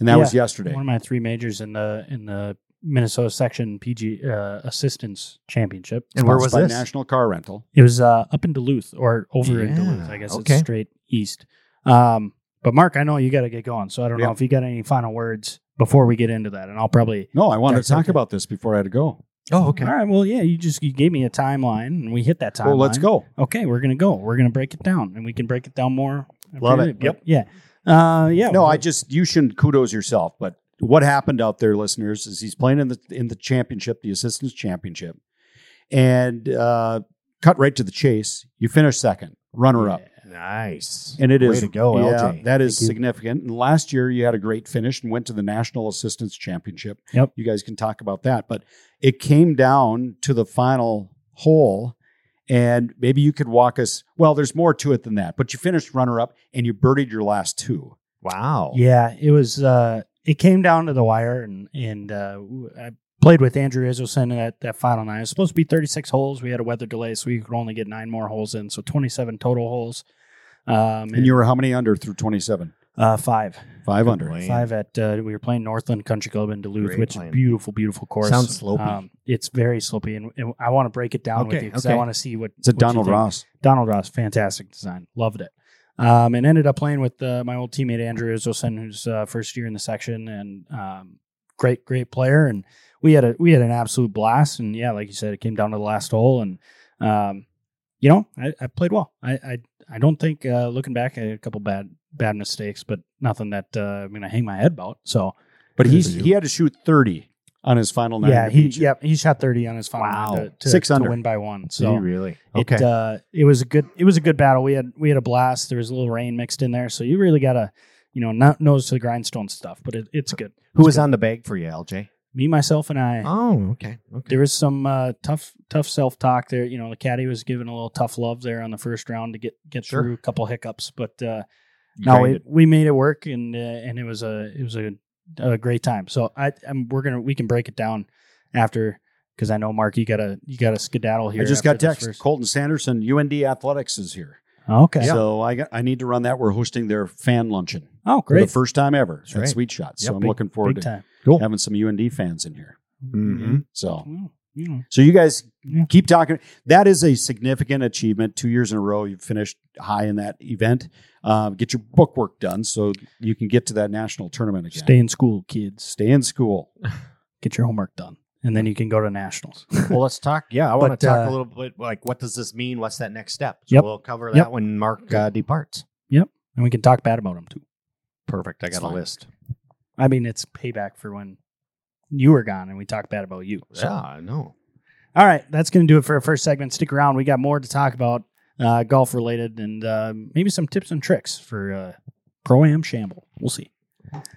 [SPEAKER 3] And that
[SPEAKER 1] Yeah.
[SPEAKER 3] was yesterday.
[SPEAKER 1] one of my three majors in the in the Minnesota section PG uh, Assistance Championship.
[SPEAKER 2] And where was
[SPEAKER 3] Sponsored by
[SPEAKER 2] this?
[SPEAKER 3] National Car Rental.
[SPEAKER 1] It was uh, up in Duluth or over in
[SPEAKER 2] Yeah,
[SPEAKER 1] Duluth. I guess
[SPEAKER 2] okay.
[SPEAKER 1] it's straight east. Um, but Mark, I know you got to get going, so I don't
[SPEAKER 3] Yeah.
[SPEAKER 1] know if you got any final words before we get into that, and I'll probably
[SPEAKER 3] No, I wanted
[SPEAKER 1] That's
[SPEAKER 3] to talk
[SPEAKER 1] okay.
[SPEAKER 3] about this before I had to go.
[SPEAKER 2] Oh, okay.
[SPEAKER 1] All right. Well, yeah, you just you gave me a timeline, and we hit that timeline.
[SPEAKER 3] Well, let's go.
[SPEAKER 1] Okay, we're gonna go. We're gonna break it down, and we can break it down more. after
[SPEAKER 2] Love
[SPEAKER 1] you
[SPEAKER 2] it.
[SPEAKER 1] leave, but Yeah. Uh, yeah.
[SPEAKER 3] No,
[SPEAKER 1] well,
[SPEAKER 3] I just you shouldn't kudos yourself. But what happened out there, listeners, is he's playing in the in the championship, the assistance championship, and uh, cut right to the chase. You finish second, runner up,
[SPEAKER 2] Nice.
[SPEAKER 3] and it is
[SPEAKER 2] Way to go,
[SPEAKER 3] yeah,
[SPEAKER 2] LJ.
[SPEAKER 3] That is
[SPEAKER 2] Thank you.
[SPEAKER 3] significant. And last year you had a great finish and went to the national assistance championship.
[SPEAKER 1] Yep.
[SPEAKER 3] You guys can talk about that, but it came down to the final hole. And maybe you could walk us. Well, there's more to it than that, but you finished runner up and you birdied your last two.
[SPEAKER 2] Wow.
[SPEAKER 1] Yeah, it was. Uh, it came down to the wire, and and uh, w- I played with Andrew Iselson at that final nine. It was supposed to be 36 holes. We had a weather delay, so we could only get nine more holes in, so 27 total holes. Um,
[SPEAKER 3] And you were how many under through 27?
[SPEAKER 1] uh, five,
[SPEAKER 3] Five
[SPEAKER 2] Good
[SPEAKER 3] under.
[SPEAKER 2] point.
[SPEAKER 1] five at uh, we were playing Northland Country Club in Duluth,
[SPEAKER 2] Great
[SPEAKER 1] which
[SPEAKER 2] plan.
[SPEAKER 1] is beautiful, beautiful course. Um,
[SPEAKER 2] Sounds slopey.
[SPEAKER 1] it's very slopey, and, and I want to break it down with
[SPEAKER 2] Okay,
[SPEAKER 1] you because
[SPEAKER 2] okay.
[SPEAKER 1] I want to see what
[SPEAKER 3] It's a
[SPEAKER 1] what you
[SPEAKER 3] Donald
[SPEAKER 1] think.
[SPEAKER 3] Ross.
[SPEAKER 1] Donald Ross, fantastic design, loved it. Um, and ended up playing with uh, my old teammate Andrew Iselson, who's uh, first year in the section and um, great, great player. And we had a we had an absolute blast. And yeah, like you said, it came down to the last hole, and um, you know, I, I played well. I I, I don't think uh, looking back, I had a couple bad bad mistakes, but nothing that uh, I'm gonna hang my head about. So
[SPEAKER 3] But
[SPEAKER 2] Good
[SPEAKER 3] he's
[SPEAKER 2] for you.
[SPEAKER 3] he had to shoot 30 on his final nine.
[SPEAKER 1] yeah,
[SPEAKER 3] to
[SPEAKER 1] he
[SPEAKER 3] beat you.
[SPEAKER 1] yep he shot 30 on his final
[SPEAKER 2] Wow.
[SPEAKER 1] nine to, to,
[SPEAKER 3] Six
[SPEAKER 1] to
[SPEAKER 3] under.
[SPEAKER 1] win by one.
[SPEAKER 2] Did
[SPEAKER 1] So
[SPEAKER 2] you really?
[SPEAKER 1] It uh, it was a good it was a good battle. We had we had a blast. There was a little rain mixed in there, so you really gotta you know not nose to the grindstone stuff. But it, it's good.
[SPEAKER 2] Who was on the bag for you, LJ?
[SPEAKER 1] Me myself and I.
[SPEAKER 2] Oh, okay. Okay.
[SPEAKER 1] There was some uh, tough tough self talk there. You know the caddy was giving a little tough love there on the first round to get get
[SPEAKER 2] Sure.
[SPEAKER 1] through a couple hiccups, but uh,
[SPEAKER 2] You
[SPEAKER 1] no,
[SPEAKER 2] grinded.
[SPEAKER 1] we, we made it work and uh, and it was a it was a, a great time. So I I'm, we're gonna we can break it down after. Because I know Mark, you gotta you gotta skedaddle here.
[SPEAKER 3] I just
[SPEAKER 1] after
[SPEAKER 3] got
[SPEAKER 1] this
[SPEAKER 3] text.
[SPEAKER 1] first-
[SPEAKER 3] Colton Sanderson, UND Athletics is here.
[SPEAKER 1] Okay.
[SPEAKER 3] So I got, I need to run that. We're hosting their fan luncheon
[SPEAKER 1] oh,
[SPEAKER 3] for the
[SPEAKER 1] great.
[SPEAKER 3] first time ever
[SPEAKER 2] That's
[SPEAKER 3] at
[SPEAKER 2] right.
[SPEAKER 3] Sweet Shot. So
[SPEAKER 2] Yep,
[SPEAKER 3] I'm
[SPEAKER 1] big-
[SPEAKER 3] looking forward
[SPEAKER 1] Big
[SPEAKER 3] to
[SPEAKER 1] time.
[SPEAKER 3] having some UND fans in here. Mm-hmm.
[SPEAKER 2] Mhm.
[SPEAKER 3] So
[SPEAKER 1] You know,
[SPEAKER 3] so you guys
[SPEAKER 1] Yeah.
[SPEAKER 3] keep talking. That is a significant achievement. Two years in a row, you finished high in that event. Uh, get your book work done so you can get to that national tournament again.
[SPEAKER 1] Stay in school, kids.
[SPEAKER 3] Stay in school.
[SPEAKER 1] Get your homework done, and then you can go to nationals.
[SPEAKER 2] well, let's talk. Yeah, I want
[SPEAKER 1] But,
[SPEAKER 2] to talk
[SPEAKER 1] uh,
[SPEAKER 2] a little bit. Like, what does this mean? What's that next step? So
[SPEAKER 1] Yep.
[SPEAKER 2] We'll cover that
[SPEAKER 1] Yep.
[SPEAKER 2] when Mark uh, departs.
[SPEAKER 1] And we can talk bad about them too.
[SPEAKER 2] Perfect. I
[SPEAKER 3] It's
[SPEAKER 2] got a
[SPEAKER 3] fine.
[SPEAKER 2] list.
[SPEAKER 1] I mean, it's payback for when you were gone and we talked bad about you. So.
[SPEAKER 2] Yeah, I know.
[SPEAKER 1] All right, that's going to do it for our first segment. Stick around. We got more to talk about uh, golf related and uh, maybe some tips and tricks for uh, Pro Am Shamble. We'll see.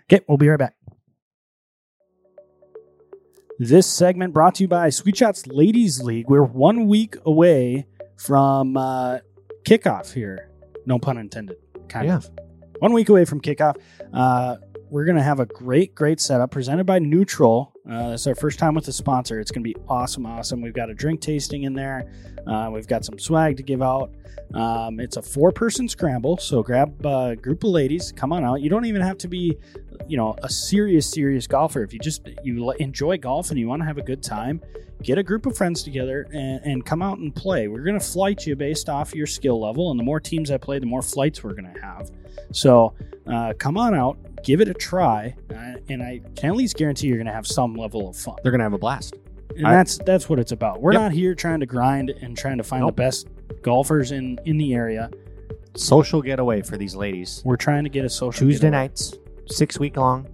[SPEAKER 1] Okay, we'll be right back. This segment brought to you by Sweet Shots Ladies League. We're one week away from uh, kickoff here. No pun intended, kind
[SPEAKER 2] Yeah.
[SPEAKER 1] of. One week away from kickoff. Uh, we're going to have a great, great setup presented by Neutral. Uh, it's our first time with a sponsor. It's going to be awesome, awesome. We've got a drink tasting in there. Uh, we've got some swag to give out. Um, it's a four person scramble. So grab a group of ladies, come on out. You don't even have to be, you know, a serious, serious golfer. If you just, you li- enjoy golf and you want to have a good time, get a group of friends together and, and come out and play. We're going to flight you based off your skill level. And the more teams I play, the more flights we're going to have. So uh, come on out, give it a try. Uh, and I can at least guarantee you're going to have some level of fun.
[SPEAKER 2] They're gonna have a blast.
[SPEAKER 1] And
[SPEAKER 2] I-
[SPEAKER 1] that's that's what it's about. We're
[SPEAKER 2] Yep.
[SPEAKER 1] not here trying to grind and trying to find
[SPEAKER 2] Nope.
[SPEAKER 1] the best golfers in in the area.
[SPEAKER 2] Social getaway for these ladies.
[SPEAKER 1] We're trying to get a social
[SPEAKER 2] Tuesday
[SPEAKER 1] getaway.
[SPEAKER 2] nights, six week long.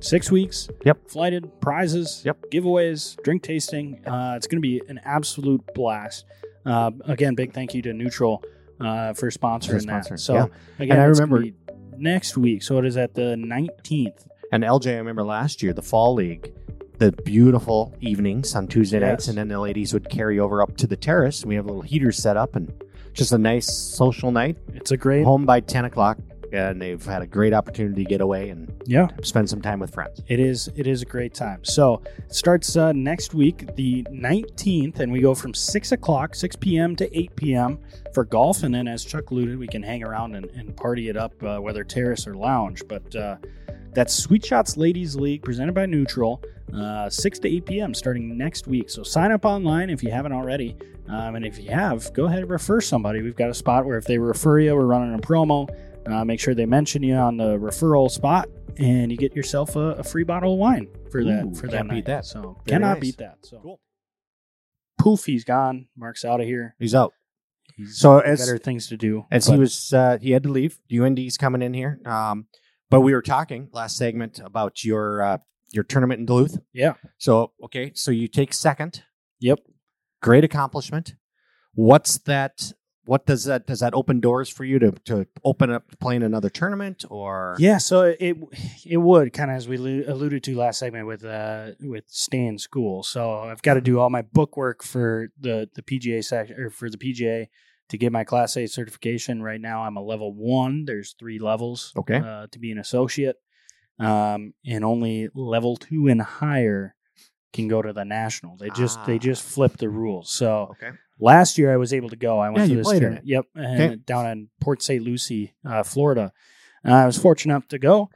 [SPEAKER 1] six weeks.
[SPEAKER 2] Yep.
[SPEAKER 1] Flighted prizes.
[SPEAKER 2] Yep.
[SPEAKER 1] Giveaways, drink tasting. Uh, it's going to be an absolute blast. Uh, again, big thank you to Neutral uh, for sponsoring
[SPEAKER 2] For
[SPEAKER 1] that.
[SPEAKER 2] sponsoring,
[SPEAKER 1] So
[SPEAKER 2] yeah.
[SPEAKER 1] again,
[SPEAKER 2] And I
[SPEAKER 1] it's gonna
[SPEAKER 2] remember-
[SPEAKER 1] be next week. So it is at the nineteenth.
[SPEAKER 2] And LJ, I remember last year, the fall league, the beautiful evenings on Tuesday
[SPEAKER 1] Yes.
[SPEAKER 2] nights, and then the ladies would carry over up to the terrace. We have a little heater set up and just a nice social night.
[SPEAKER 1] It's a great.
[SPEAKER 2] Home by ten o'clock, and they've had a great opportunity to get away and
[SPEAKER 1] Yeah.
[SPEAKER 2] spend some time with friends.
[SPEAKER 1] It is it is a great time. So it starts uh, next week, the nineteenth, and we go from six o'clock, six p.m. to eight p.m. for golf, and then as Chuck alluded, we can hang around and, and party it up, uh, whether terrace or lounge. But uh, that's Sweet Shots Ladies League presented by Neutral, uh, six to eight p.m. starting next week. So sign up online if you haven't already, um, and if you have, go ahead and refer somebody. We've got a spot where if they refer you, we're running a promo. Uh, make sure they mention you on the referral spot and you get yourself a, a free bottle of wine for that
[SPEAKER 2] Ooh,
[SPEAKER 1] for that
[SPEAKER 2] can't
[SPEAKER 1] night.
[SPEAKER 2] beat that.
[SPEAKER 1] So
[SPEAKER 2] Very
[SPEAKER 1] cannot
[SPEAKER 2] nice.
[SPEAKER 1] beat that. So
[SPEAKER 2] Cool.
[SPEAKER 1] poof, he's gone. Mark's out of here.
[SPEAKER 2] He's out.
[SPEAKER 1] He's
[SPEAKER 2] So as
[SPEAKER 1] better things to do.
[SPEAKER 2] As he
[SPEAKER 1] But
[SPEAKER 2] was, uh, he had to leave. UND's coming in here. Um, but we were talking last segment about your uh, your tournament in Duluth.
[SPEAKER 1] Yeah.
[SPEAKER 2] So okay, so you take second.
[SPEAKER 1] Yep.
[SPEAKER 2] Great accomplishment. What's that? What does that does that open doors for you to to open up to playing another tournament or
[SPEAKER 1] yeah, so it it would kind of as we lu- alluded to last segment with uh with stay in school. So I've got to do all my bookwork for the the PGA section or for the PGA to get my Class A certification. Right now I'm a level one. There's three levels.
[SPEAKER 2] okay?
[SPEAKER 1] uh, to be an associate, um, and only level two and higher can go to the national. They just
[SPEAKER 2] Ah.
[SPEAKER 1] they just flipped the rules. So
[SPEAKER 2] Okay.
[SPEAKER 1] last year I was able to go. I
[SPEAKER 2] Yeah,
[SPEAKER 1] went
[SPEAKER 2] you
[SPEAKER 1] to this
[SPEAKER 2] played in
[SPEAKER 1] tournament. Yep, and
[SPEAKER 2] Okay.
[SPEAKER 1] down in Port St. Lucie, uh, Florida. And I was fortunate enough to go.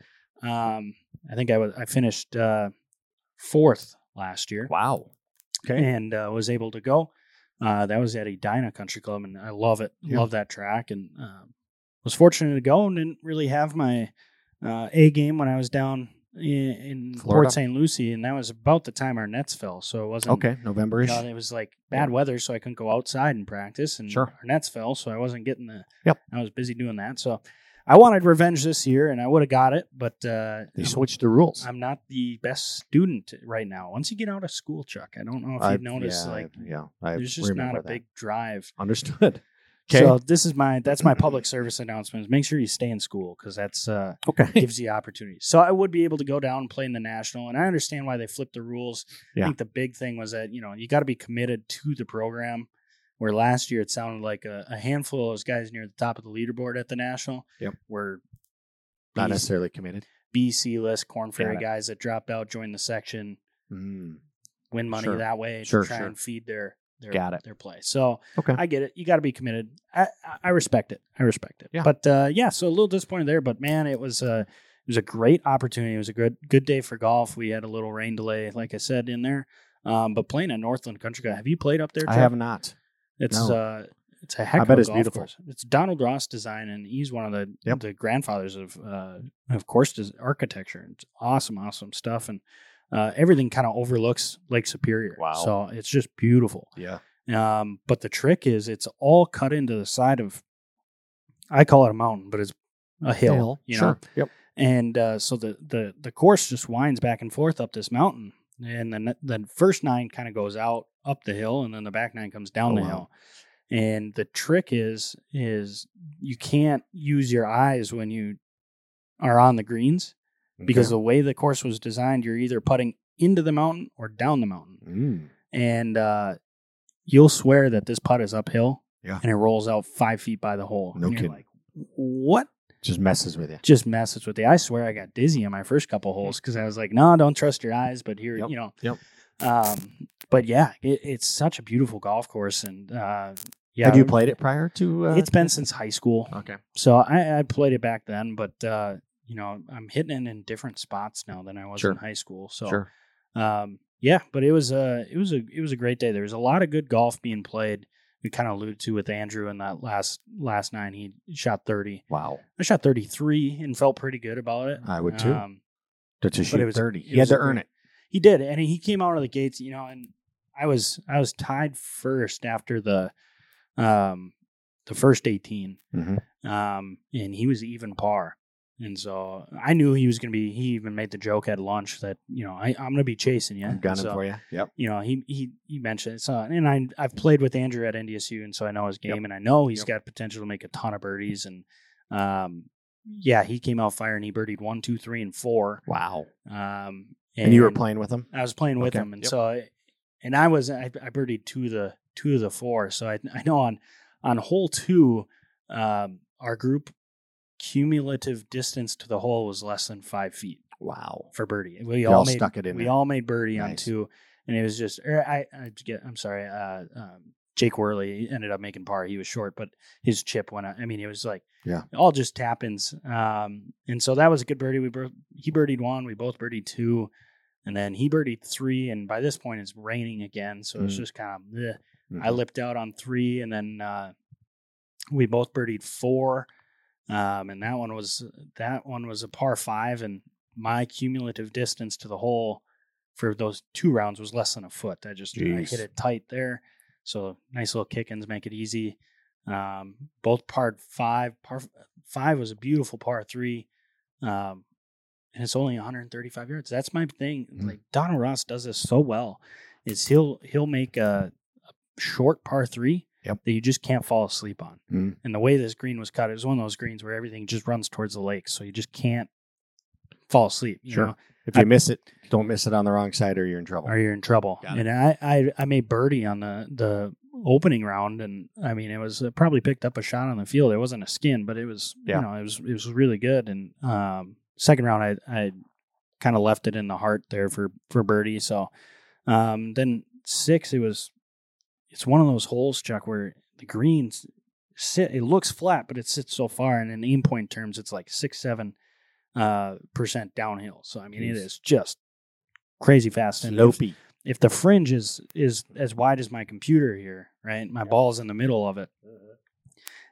[SPEAKER 1] Um, I think I was I finished uh, fourth last year
[SPEAKER 2] Wow. Okay.
[SPEAKER 1] and uh, was able to go. Uh, that was at Edina Country Club, and I love it.
[SPEAKER 2] Yeah.
[SPEAKER 1] Love that track, and um was fortunate to go and didn't really have my uh, A game when I was down in, in
[SPEAKER 2] Florida.
[SPEAKER 1] Port St. Lucie, and that was about the time our nets fell. So it wasn't
[SPEAKER 2] Okay.
[SPEAKER 1] you
[SPEAKER 2] Novemberish.
[SPEAKER 1] know, it was like bad weather, so I couldn't go outside and practice, and
[SPEAKER 2] Sure.
[SPEAKER 1] our nets fell, so I wasn't getting the.
[SPEAKER 2] Yep.
[SPEAKER 1] I was busy doing that, so I wanted revenge this year, and I would have got it, but uh,
[SPEAKER 2] They
[SPEAKER 1] I'm-
[SPEAKER 2] switched the rules.
[SPEAKER 1] I'm not the best student right now. Once you get out of school, Chuck, I don't know if
[SPEAKER 2] I-
[SPEAKER 1] you've noticed,
[SPEAKER 2] yeah, I-
[SPEAKER 1] like
[SPEAKER 2] yeah, I
[SPEAKER 1] there's just not
[SPEAKER 2] remember
[SPEAKER 1] a
[SPEAKER 2] that.
[SPEAKER 1] big drive.
[SPEAKER 2] understood. Okay.
[SPEAKER 1] So
[SPEAKER 2] Mm-hmm.
[SPEAKER 1] this is my that's my public service announcements. Make sure you stay in school because that's uh,
[SPEAKER 2] okay.
[SPEAKER 1] gives you opportunities. So I would be able to go down and play in the national, and I understand why they flipped the rules.
[SPEAKER 2] Yeah.
[SPEAKER 1] I think the big thing was that you know you got to be committed to the program. Where last year it sounded like a, a handful of those guys near the top of the leaderboard at the national
[SPEAKER 2] Yep.
[SPEAKER 1] were
[SPEAKER 2] Not
[SPEAKER 1] these
[SPEAKER 2] necessarily committed.
[SPEAKER 1] BC list Corn Ferry
[SPEAKER 2] Got it.
[SPEAKER 1] guys that dropped out, joined the section,
[SPEAKER 2] Mm,
[SPEAKER 1] win money
[SPEAKER 2] Sure.
[SPEAKER 1] that way
[SPEAKER 2] Sure,
[SPEAKER 1] to try
[SPEAKER 2] sure.
[SPEAKER 1] and feed their their
[SPEAKER 2] Got it.
[SPEAKER 1] their play. So
[SPEAKER 2] Okay.
[SPEAKER 1] I get it. You got to be committed. I, I- I respect it. I respect it.
[SPEAKER 2] Yeah.
[SPEAKER 1] But uh, yeah, so a little disappointed there, but man, it was uh, it was a great opportunity. It was a good good day for golf. We had a little rain delay, like I said in there. Um, but playing at Northland Country Club, have you played up there?
[SPEAKER 2] I
[SPEAKER 1] Chuck?
[SPEAKER 2] have not.
[SPEAKER 1] It's
[SPEAKER 2] no.
[SPEAKER 1] uh, it's a heck.
[SPEAKER 2] I
[SPEAKER 1] of
[SPEAKER 2] bet
[SPEAKER 1] a
[SPEAKER 2] it's
[SPEAKER 1] golf
[SPEAKER 2] beautiful.
[SPEAKER 1] Course. It's Donald Ross design, and he's one of the
[SPEAKER 2] Yep.
[SPEAKER 1] the grandfathers of uh, of course des- architecture. It's awesome, awesome stuff, and uh, everything kind of overlooks Lake Superior.
[SPEAKER 2] Wow.
[SPEAKER 1] So it's just beautiful.
[SPEAKER 2] Yeah.
[SPEAKER 1] Um, but the trick is, it's all cut into the side of. I call it a mountain, but it's a hill. You know?
[SPEAKER 2] Sure. Yep.
[SPEAKER 1] and uh, so the, the the course just winds back and forth up this mountain and then the first nine kind of goes out up the hill and then the back nine comes down
[SPEAKER 2] Oh,
[SPEAKER 1] the
[SPEAKER 2] wow.
[SPEAKER 1] hill and the trick is is you can't use your eyes when you are on the greens because the way the course was designed you're either putting into the mountain or down the mountain
[SPEAKER 2] Mm.
[SPEAKER 1] and uh, you'll swear that this putt is uphill
[SPEAKER 2] Yeah.
[SPEAKER 1] and it rolls out five feet by the hole
[SPEAKER 2] No
[SPEAKER 1] and you're
[SPEAKER 2] kidding.
[SPEAKER 1] like what
[SPEAKER 2] just messes with you.
[SPEAKER 1] just messes with the. I swear I got dizzy on my first couple holes because I was like, no, don't trust your eyes. But here,
[SPEAKER 2] Mm. Yep,
[SPEAKER 1] you know,
[SPEAKER 2] yep.
[SPEAKER 1] Um, but yeah, it, it's such a beautiful golf course, and uh, yeah,
[SPEAKER 2] Had you played it prior to? Uh,
[SPEAKER 1] It's been since high school,
[SPEAKER 2] okay.
[SPEAKER 1] so I, I played it back then. But uh, you know, I'm hitting it in different spots now than I was
[SPEAKER 2] Sure.
[SPEAKER 1] in high school. So
[SPEAKER 2] sure.
[SPEAKER 1] um, yeah, but it was a it was a it was a great day. There was a lot of good golf being played. We kind of alluded to with Andrew in that last last nine. He shot thirty.
[SPEAKER 2] Wow.
[SPEAKER 1] I shot thirty three and felt pretty good about it.
[SPEAKER 2] I would too.
[SPEAKER 1] Um,
[SPEAKER 2] to, to shoot
[SPEAKER 1] it was a-
[SPEAKER 2] 30.
[SPEAKER 1] it
[SPEAKER 2] He had
[SPEAKER 1] was
[SPEAKER 2] to
[SPEAKER 1] a
[SPEAKER 2] earn
[SPEAKER 1] great-
[SPEAKER 2] it.
[SPEAKER 1] he did, and he came out of the gates, you know, and I was I was tied first after the um the first eighteen.
[SPEAKER 2] Mhm.
[SPEAKER 1] um, and he was even par. And so I knew he was going to be. He even made the joke at lunch that you know I, I'm going to be chasing you.
[SPEAKER 2] I'm gunning
[SPEAKER 1] so,
[SPEAKER 2] for you. Yep.
[SPEAKER 1] you know he he he mentioned it. So and I I've played with Andrew at NDSU, and so I know his game, and I know he's
[SPEAKER 2] Yep.
[SPEAKER 1] got potential to make a ton of birdies. And um, yeah, he came out firing. He birdied one, two, three, and four.
[SPEAKER 2] Wow.
[SPEAKER 1] Um,
[SPEAKER 2] And, you were playing with him?
[SPEAKER 1] I was playing with
[SPEAKER 2] Okay.
[SPEAKER 1] him, and
[SPEAKER 2] Yep.
[SPEAKER 1] so I, and I was I, I birdied two of the two of the four. So I I know on on hole two, um, our group cumulative distance to the hole was less than five feet
[SPEAKER 2] Wow.
[SPEAKER 1] for birdie. We
[SPEAKER 2] You
[SPEAKER 1] all,
[SPEAKER 2] all
[SPEAKER 1] made
[SPEAKER 2] stuck it in
[SPEAKER 1] we
[SPEAKER 2] there.
[SPEAKER 1] all made birdie on
[SPEAKER 2] Nice.
[SPEAKER 1] two, and it was just er, I I get I'm sorry. Uh, um, Jake Worley ended up making par. He was short, but his chip went. Out. I mean, it was like
[SPEAKER 2] Yeah.
[SPEAKER 1] all just tap ins. Um, and so that was a good birdie. We bur- he birdied one, we both birdied two, and then he birdied three. And by this point, it's raining again, so it's
[SPEAKER 2] Mm.
[SPEAKER 1] just kind of. bleh. I
[SPEAKER 2] Mhm.
[SPEAKER 1] lipped out on three, and then uh, we both birdied four, um, and that one was that one was a par five, and my cumulative distance to the hole for those two rounds was less than a foot. I just I
[SPEAKER 2] Jeez.
[SPEAKER 1] hit it tight there, so nice little kick ins make it easy. Um, both par five, par uh, five was a beautiful par three, um, and it's only 135 yards. That's my thing.
[SPEAKER 2] Mhm.
[SPEAKER 1] Like Donald Ross does this so well, is he'll he'll make a short par three
[SPEAKER 2] Yep.
[SPEAKER 1] that you just can't fall asleep on.
[SPEAKER 2] Mm.
[SPEAKER 1] And the way this green was cut, it was one of those greens where everything just runs towards the lake, so you just can't fall asleep. You
[SPEAKER 2] Sure.
[SPEAKER 1] know,
[SPEAKER 2] If you miss it, don't miss it on the wrong side or you're in trouble.
[SPEAKER 1] or you're in trouble.
[SPEAKER 2] Got it.
[SPEAKER 1] And I, I, I made birdie on the the opening round, and I mean it was it probably picked up a shot on the field. It wasn't a skin, but it was
[SPEAKER 2] Yeah.
[SPEAKER 1] you know it was it was really good. And um, second round, I I kind of left it in the heart there for for birdie. So um, then six, it was it's one of those holes, Chuck, where the greens sit. It looks flat, but it sits so far, and in aim point terms, it's like six seven uh percent downhill. So I mean, it
[SPEAKER 2] Jeez.
[SPEAKER 1] is just crazy fast. And if,
[SPEAKER 2] Slopey.
[SPEAKER 1] if the fringe is is as wide as my computer here, right? My ball's in the middle of it,
[SPEAKER 2] Mm-hmm.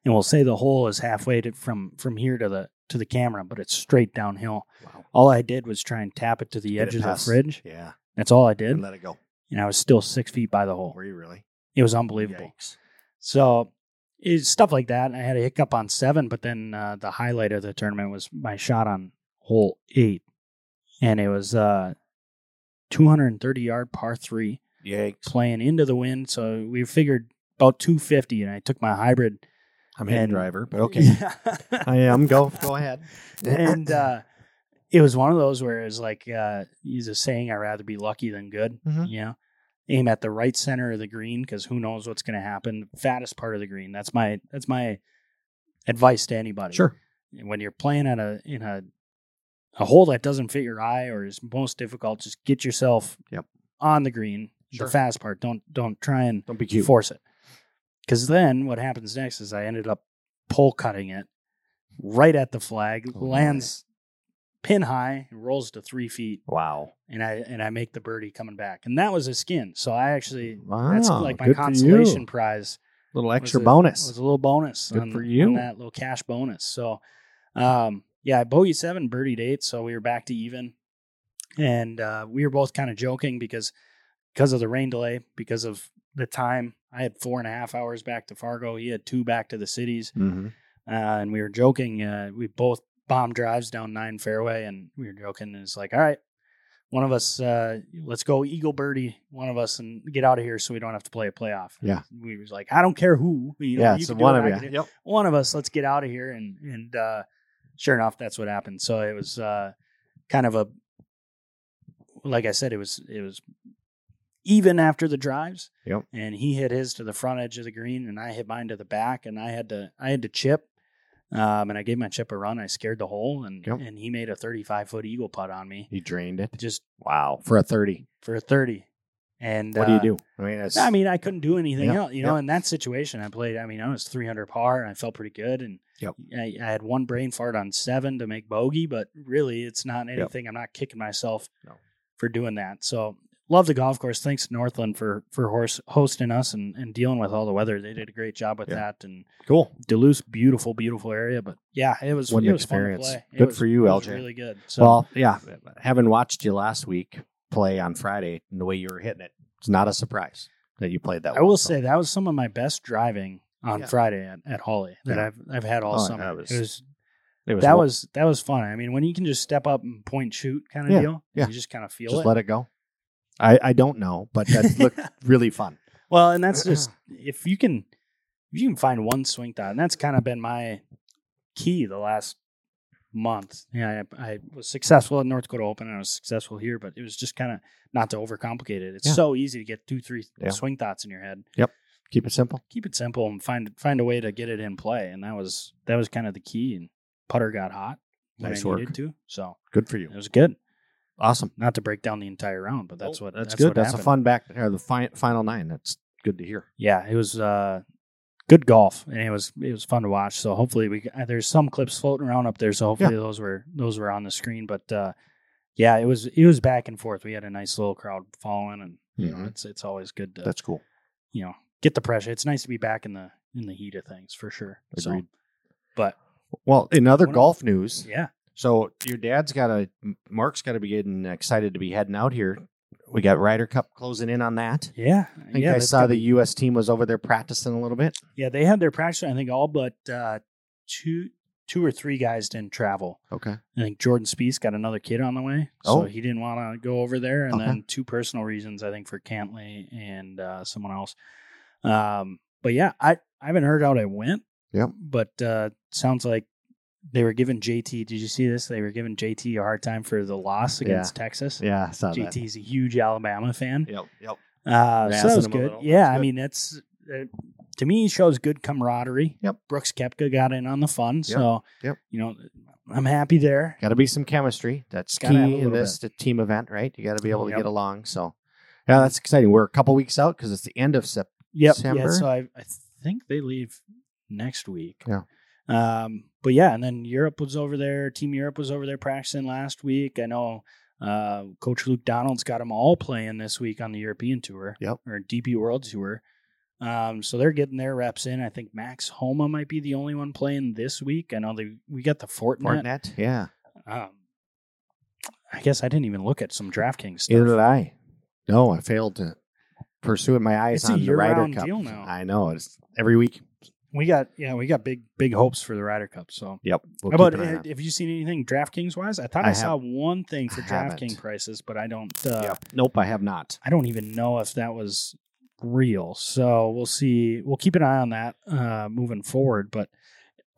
[SPEAKER 1] and we'll say the hole is halfway to, from from here to the to the camera, but it's straight downhill.
[SPEAKER 2] Wow.
[SPEAKER 1] All I did was try and tap it to the
[SPEAKER 2] Get
[SPEAKER 1] edge
[SPEAKER 2] it
[SPEAKER 1] of the
[SPEAKER 2] past-
[SPEAKER 1] fringe.
[SPEAKER 2] Yeah.
[SPEAKER 1] That's all I did,
[SPEAKER 2] And let it go.
[SPEAKER 1] and I was still six feet by the hole.
[SPEAKER 2] Were you really?
[SPEAKER 1] It was unbelievable.
[SPEAKER 2] Yikes.
[SPEAKER 1] So it's stuff like that. I had a hiccup on seven, but then uh, the highlight of the tournament was my shot on hole eight, and it was uh, 230 yard par three,
[SPEAKER 2] Yikes.
[SPEAKER 1] playing into the wind. So we figured about 250, and I took my hybrid.
[SPEAKER 2] I'm a hand
[SPEAKER 1] And-
[SPEAKER 2] driver, but okay. I am. Go. Go ahead.
[SPEAKER 1] and uh, it was one of those where it was like, uh, use a saying, "I'd rather be lucky than good."
[SPEAKER 2] Mhm.
[SPEAKER 1] You know, aim at the right center of the green because who knows what's going to happen. Fattest part of the green. That's my that's my advice to anybody.
[SPEAKER 2] Sure.
[SPEAKER 1] When you're playing at a in a a hole that doesn't fit your eye or is most difficult, just get yourself
[SPEAKER 2] Yep.
[SPEAKER 1] on the green.
[SPEAKER 2] Sure.
[SPEAKER 1] The fast part. Don't don't try and
[SPEAKER 2] Don't be cute.
[SPEAKER 1] force it. Because then what happens next is I ended up pole cutting it right at the flag,
[SPEAKER 2] Oh, my.
[SPEAKER 1] lands pin high, and rolls to three feet,
[SPEAKER 2] Wow.
[SPEAKER 1] and I and I make the birdie coming back, and that was a skin. So I actually
[SPEAKER 2] Wow.
[SPEAKER 1] that's like my
[SPEAKER 2] Ah, good for you.
[SPEAKER 1] consolation prize.
[SPEAKER 2] Little
[SPEAKER 1] was
[SPEAKER 2] extra
[SPEAKER 1] a-
[SPEAKER 2] bonus.
[SPEAKER 1] was a little bonus
[SPEAKER 2] Good
[SPEAKER 1] on,
[SPEAKER 2] for you.
[SPEAKER 1] on that little cash bonus. So, um, yeah, I bogey seven, birdie eight, so we were back to even, and uh, we were both kind of joking because because of the rain delay, because of the time. I had four and a half hours back to Fargo. He had two back to the cities,
[SPEAKER 2] Mhm.
[SPEAKER 1] uh, and we were joking. Uh, we both bomb drives down nine fairway, and we were joking. And it's like, all right, one of us, uh, let's go eagle birdie, one of us, and get out of here so we don't have to play a playoff.
[SPEAKER 2] Yeah.
[SPEAKER 1] we was like, I don't care who. You know,
[SPEAKER 2] Yeah.
[SPEAKER 1] you
[SPEAKER 2] So
[SPEAKER 1] can do
[SPEAKER 2] one
[SPEAKER 1] it,
[SPEAKER 2] of
[SPEAKER 1] I can do
[SPEAKER 2] you.
[SPEAKER 1] it.
[SPEAKER 2] Yep.
[SPEAKER 1] One of us, let's get out of here. And and uh, sure enough, that's what happened. So it was uh, kind of a, like I said, it was it was even after the drives.
[SPEAKER 2] Yep.
[SPEAKER 1] And he hit his to the front edge of the green, and I hit mine to the back, and I had to I had to chip. Um, and I gave my chip a run. I scared the hole, and
[SPEAKER 2] Yep.
[SPEAKER 1] and he made a 35 foot eagle putt on me,
[SPEAKER 2] He drained it.
[SPEAKER 1] just
[SPEAKER 2] Wow. For a 30.
[SPEAKER 1] for a 30. And
[SPEAKER 2] What do you
[SPEAKER 1] uh,
[SPEAKER 2] do? I mean, that's,
[SPEAKER 1] I mean, I couldn't do anything
[SPEAKER 2] Yep,
[SPEAKER 1] else. You know,
[SPEAKER 2] yep.
[SPEAKER 1] in that situation, I played. I mean, I was 300 par, and I felt pretty good. And
[SPEAKER 2] Yep.
[SPEAKER 1] I, I had one brain fart on seven to make bogey, but really, it's not anything. I'm not kicking myself
[SPEAKER 2] No.
[SPEAKER 1] for doing that. So love the golf course. Thanks Northland for for horse, hosting us and, and dealing with all the weather. They did a great job with
[SPEAKER 3] Yeah.
[SPEAKER 1] that. And
[SPEAKER 3] Cool.
[SPEAKER 1] Duluth, beautiful, beautiful area. But yeah, it was
[SPEAKER 2] What an
[SPEAKER 1] it was fun to
[SPEAKER 2] experience.
[SPEAKER 1] play. It
[SPEAKER 2] Good
[SPEAKER 1] was-
[SPEAKER 2] for you,
[SPEAKER 1] it was
[SPEAKER 2] LJ.
[SPEAKER 1] Really good. So
[SPEAKER 2] well, yeah, having watched you last week play on Friday and the way you were hitting it, it's not a surprise that you played that.
[SPEAKER 1] I
[SPEAKER 2] well.
[SPEAKER 1] will
[SPEAKER 2] So,
[SPEAKER 1] say that was some of my best driving on
[SPEAKER 2] Yeah.
[SPEAKER 1] Friday at, at Holly that
[SPEAKER 2] Yeah.
[SPEAKER 1] I've I've had all
[SPEAKER 2] Oh, yeah,
[SPEAKER 1] summer.
[SPEAKER 2] it was-
[SPEAKER 1] it was
[SPEAKER 2] it was
[SPEAKER 1] that
[SPEAKER 2] wa-
[SPEAKER 1] was that was fun. I mean, when you can just step up and point and shoot kind of
[SPEAKER 2] Yeah,
[SPEAKER 1] deal,
[SPEAKER 2] yeah.
[SPEAKER 1] you just kind of feel
[SPEAKER 2] just
[SPEAKER 1] it.
[SPEAKER 2] let it go. I, I don't know, but that looked really fun.
[SPEAKER 1] Well, and that's just if you can if you can find one swing thought, and that's kind of been my key the last month. Yeah, I, I was successful at North Dakota Open, and I was successful here, but it was just kind of not to overcomplicate it. It's
[SPEAKER 2] Yeah.
[SPEAKER 1] so easy to get two, three
[SPEAKER 2] Yeah.
[SPEAKER 1] swing thoughts in your head.
[SPEAKER 2] Keep it simple.
[SPEAKER 1] Keep it simple and find find a way to get it in play, and that was that was kind of the key. And putter got hot when
[SPEAKER 2] Nice
[SPEAKER 1] I
[SPEAKER 2] work.
[SPEAKER 1] needed to, so
[SPEAKER 2] Good for you.
[SPEAKER 1] it was good.
[SPEAKER 2] Awesome.
[SPEAKER 1] Not to break down the entire round, but that's
[SPEAKER 2] Oh,
[SPEAKER 1] what
[SPEAKER 2] That's, good.
[SPEAKER 1] what
[SPEAKER 2] That's a
[SPEAKER 1] happened.
[SPEAKER 2] fun back or the fi- final nine. That's good to hear.
[SPEAKER 1] yeah, it was uh, good golf, and it was it was fun to watch. So hopefully we uh, there's some clips floating around up there. So hopefully those were those were on the screen. But uh, yeah, it was it was back and forth. We had a nice little crowd following, and you know
[SPEAKER 2] Mhm.
[SPEAKER 1] it's it's always good to
[SPEAKER 2] That's cool.
[SPEAKER 1] you know get the pressure. It's nice to be back in the in the heat of things for sure. So,
[SPEAKER 2] Agreed.
[SPEAKER 1] but
[SPEAKER 2] Well, in other
[SPEAKER 1] One of-
[SPEAKER 2] golf news,
[SPEAKER 1] yeah,
[SPEAKER 2] so your dad's got to, Mark's got to be getting excited to be heading out here. We got Ryder Cup closing in on that.
[SPEAKER 1] yeah,
[SPEAKER 2] I think
[SPEAKER 1] yeah.
[SPEAKER 2] I
[SPEAKER 1] that's
[SPEAKER 2] saw
[SPEAKER 1] gonna
[SPEAKER 2] the
[SPEAKER 1] be-
[SPEAKER 2] U.S. team was over there practicing a little bit.
[SPEAKER 1] yeah they had their practice. I think all but uh, two two or three guys didn't travel.
[SPEAKER 2] Okay.
[SPEAKER 1] I think Jordan Spieth got another kid on the way, so
[SPEAKER 2] Oh.
[SPEAKER 1] he didn't want to go over there. And
[SPEAKER 2] Okay.
[SPEAKER 1] then two personal reasons, I think, for Cantley and uh, someone else. Um, but yeah, I, I haven't heard how I went.
[SPEAKER 2] Yep.
[SPEAKER 1] But uh, sounds like they were giving JT. Did you see this? They were giving JT a hard time for the loss against Texas.
[SPEAKER 2] Yeah, I saw that.
[SPEAKER 1] JT's a huge Alabama fan.
[SPEAKER 2] Yep, yep.
[SPEAKER 1] Uh, so
[SPEAKER 2] Razzing
[SPEAKER 1] that was
[SPEAKER 2] him a
[SPEAKER 1] good.
[SPEAKER 2] little.
[SPEAKER 1] Yeah,
[SPEAKER 2] That's
[SPEAKER 1] I
[SPEAKER 2] good.
[SPEAKER 1] mean that's uh, to me shows good camaraderie.
[SPEAKER 2] Yep.
[SPEAKER 1] Brooks Kepka got in on the fun, so
[SPEAKER 2] Yep.
[SPEAKER 1] you know I'm happy there.
[SPEAKER 2] Got to be some chemistry. That's
[SPEAKER 1] Gotta have a
[SPEAKER 2] key in
[SPEAKER 1] little
[SPEAKER 2] this t- team event, right? You got to be able to
[SPEAKER 1] Yep.
[SPEAKER 2] get along. So, yeah, that's exciting. We're a couple weeks out because it's the end of September.
[SPEAKER 1] Yep. Yeah.
[SPEAKER 2] December.
[SPEAKER 1] So I, I think they leave next week.
[SPEAKER 2] Yeah.
[SPEAKER 1] Um, but yeah, and then Europe was over there. Team Europe was over there practicing last week. I know uh, Coach Luke Donald's got them all playing this week on the European Tour.
[SPEAKER 2] Yep.
[SPEAKER 1] Or DP World Tour. Um, so they're getting their reps in. I think Max Homa might be the only one playing this week. I know they we got the Fortinet.
[SPEAKER 2] Fortinet. Yeah.
[SPEAKER 1] Um, I guess I didn't even look at some DraftKings stuff.
[SPEAKER 2] Neither did I. No, I failed to pursue it. My eyes
[SPEAKER 1] It's a
[SPEAKER 2] on the Ryder
[SPEAKER 1] year-round
[SPEAKER 2] Cup.
[SPEAKER 1] deal now.
[SPEAKER 2] I know. It's every week.
[SPEAKER 1] We got yeah, we got big big hopes for the Ryder Cup. So
[SPEAKER 2] Yep. We'll
[SPEAKER 1] How about
[SPEAKER 2] keep an eye
[SPEAKER 1] uh,
[SPEAKER 2] on it.
[SPEAKER 1] have you seen anything DraftKings wise? I thought I,
[SPEAKER 2] I
[SPEAKER 1] saw one thing for
[SPEAKER 2] I haven't.
[SPEAKER 1] DraftKings prices, but I don't. Uh,
[SPEAKER 2] Yep. Nope, I have not.
[SPEAKER 1] I don't even know if that was real. So we'll see. We'll keep an eye on that uh, moving forward. But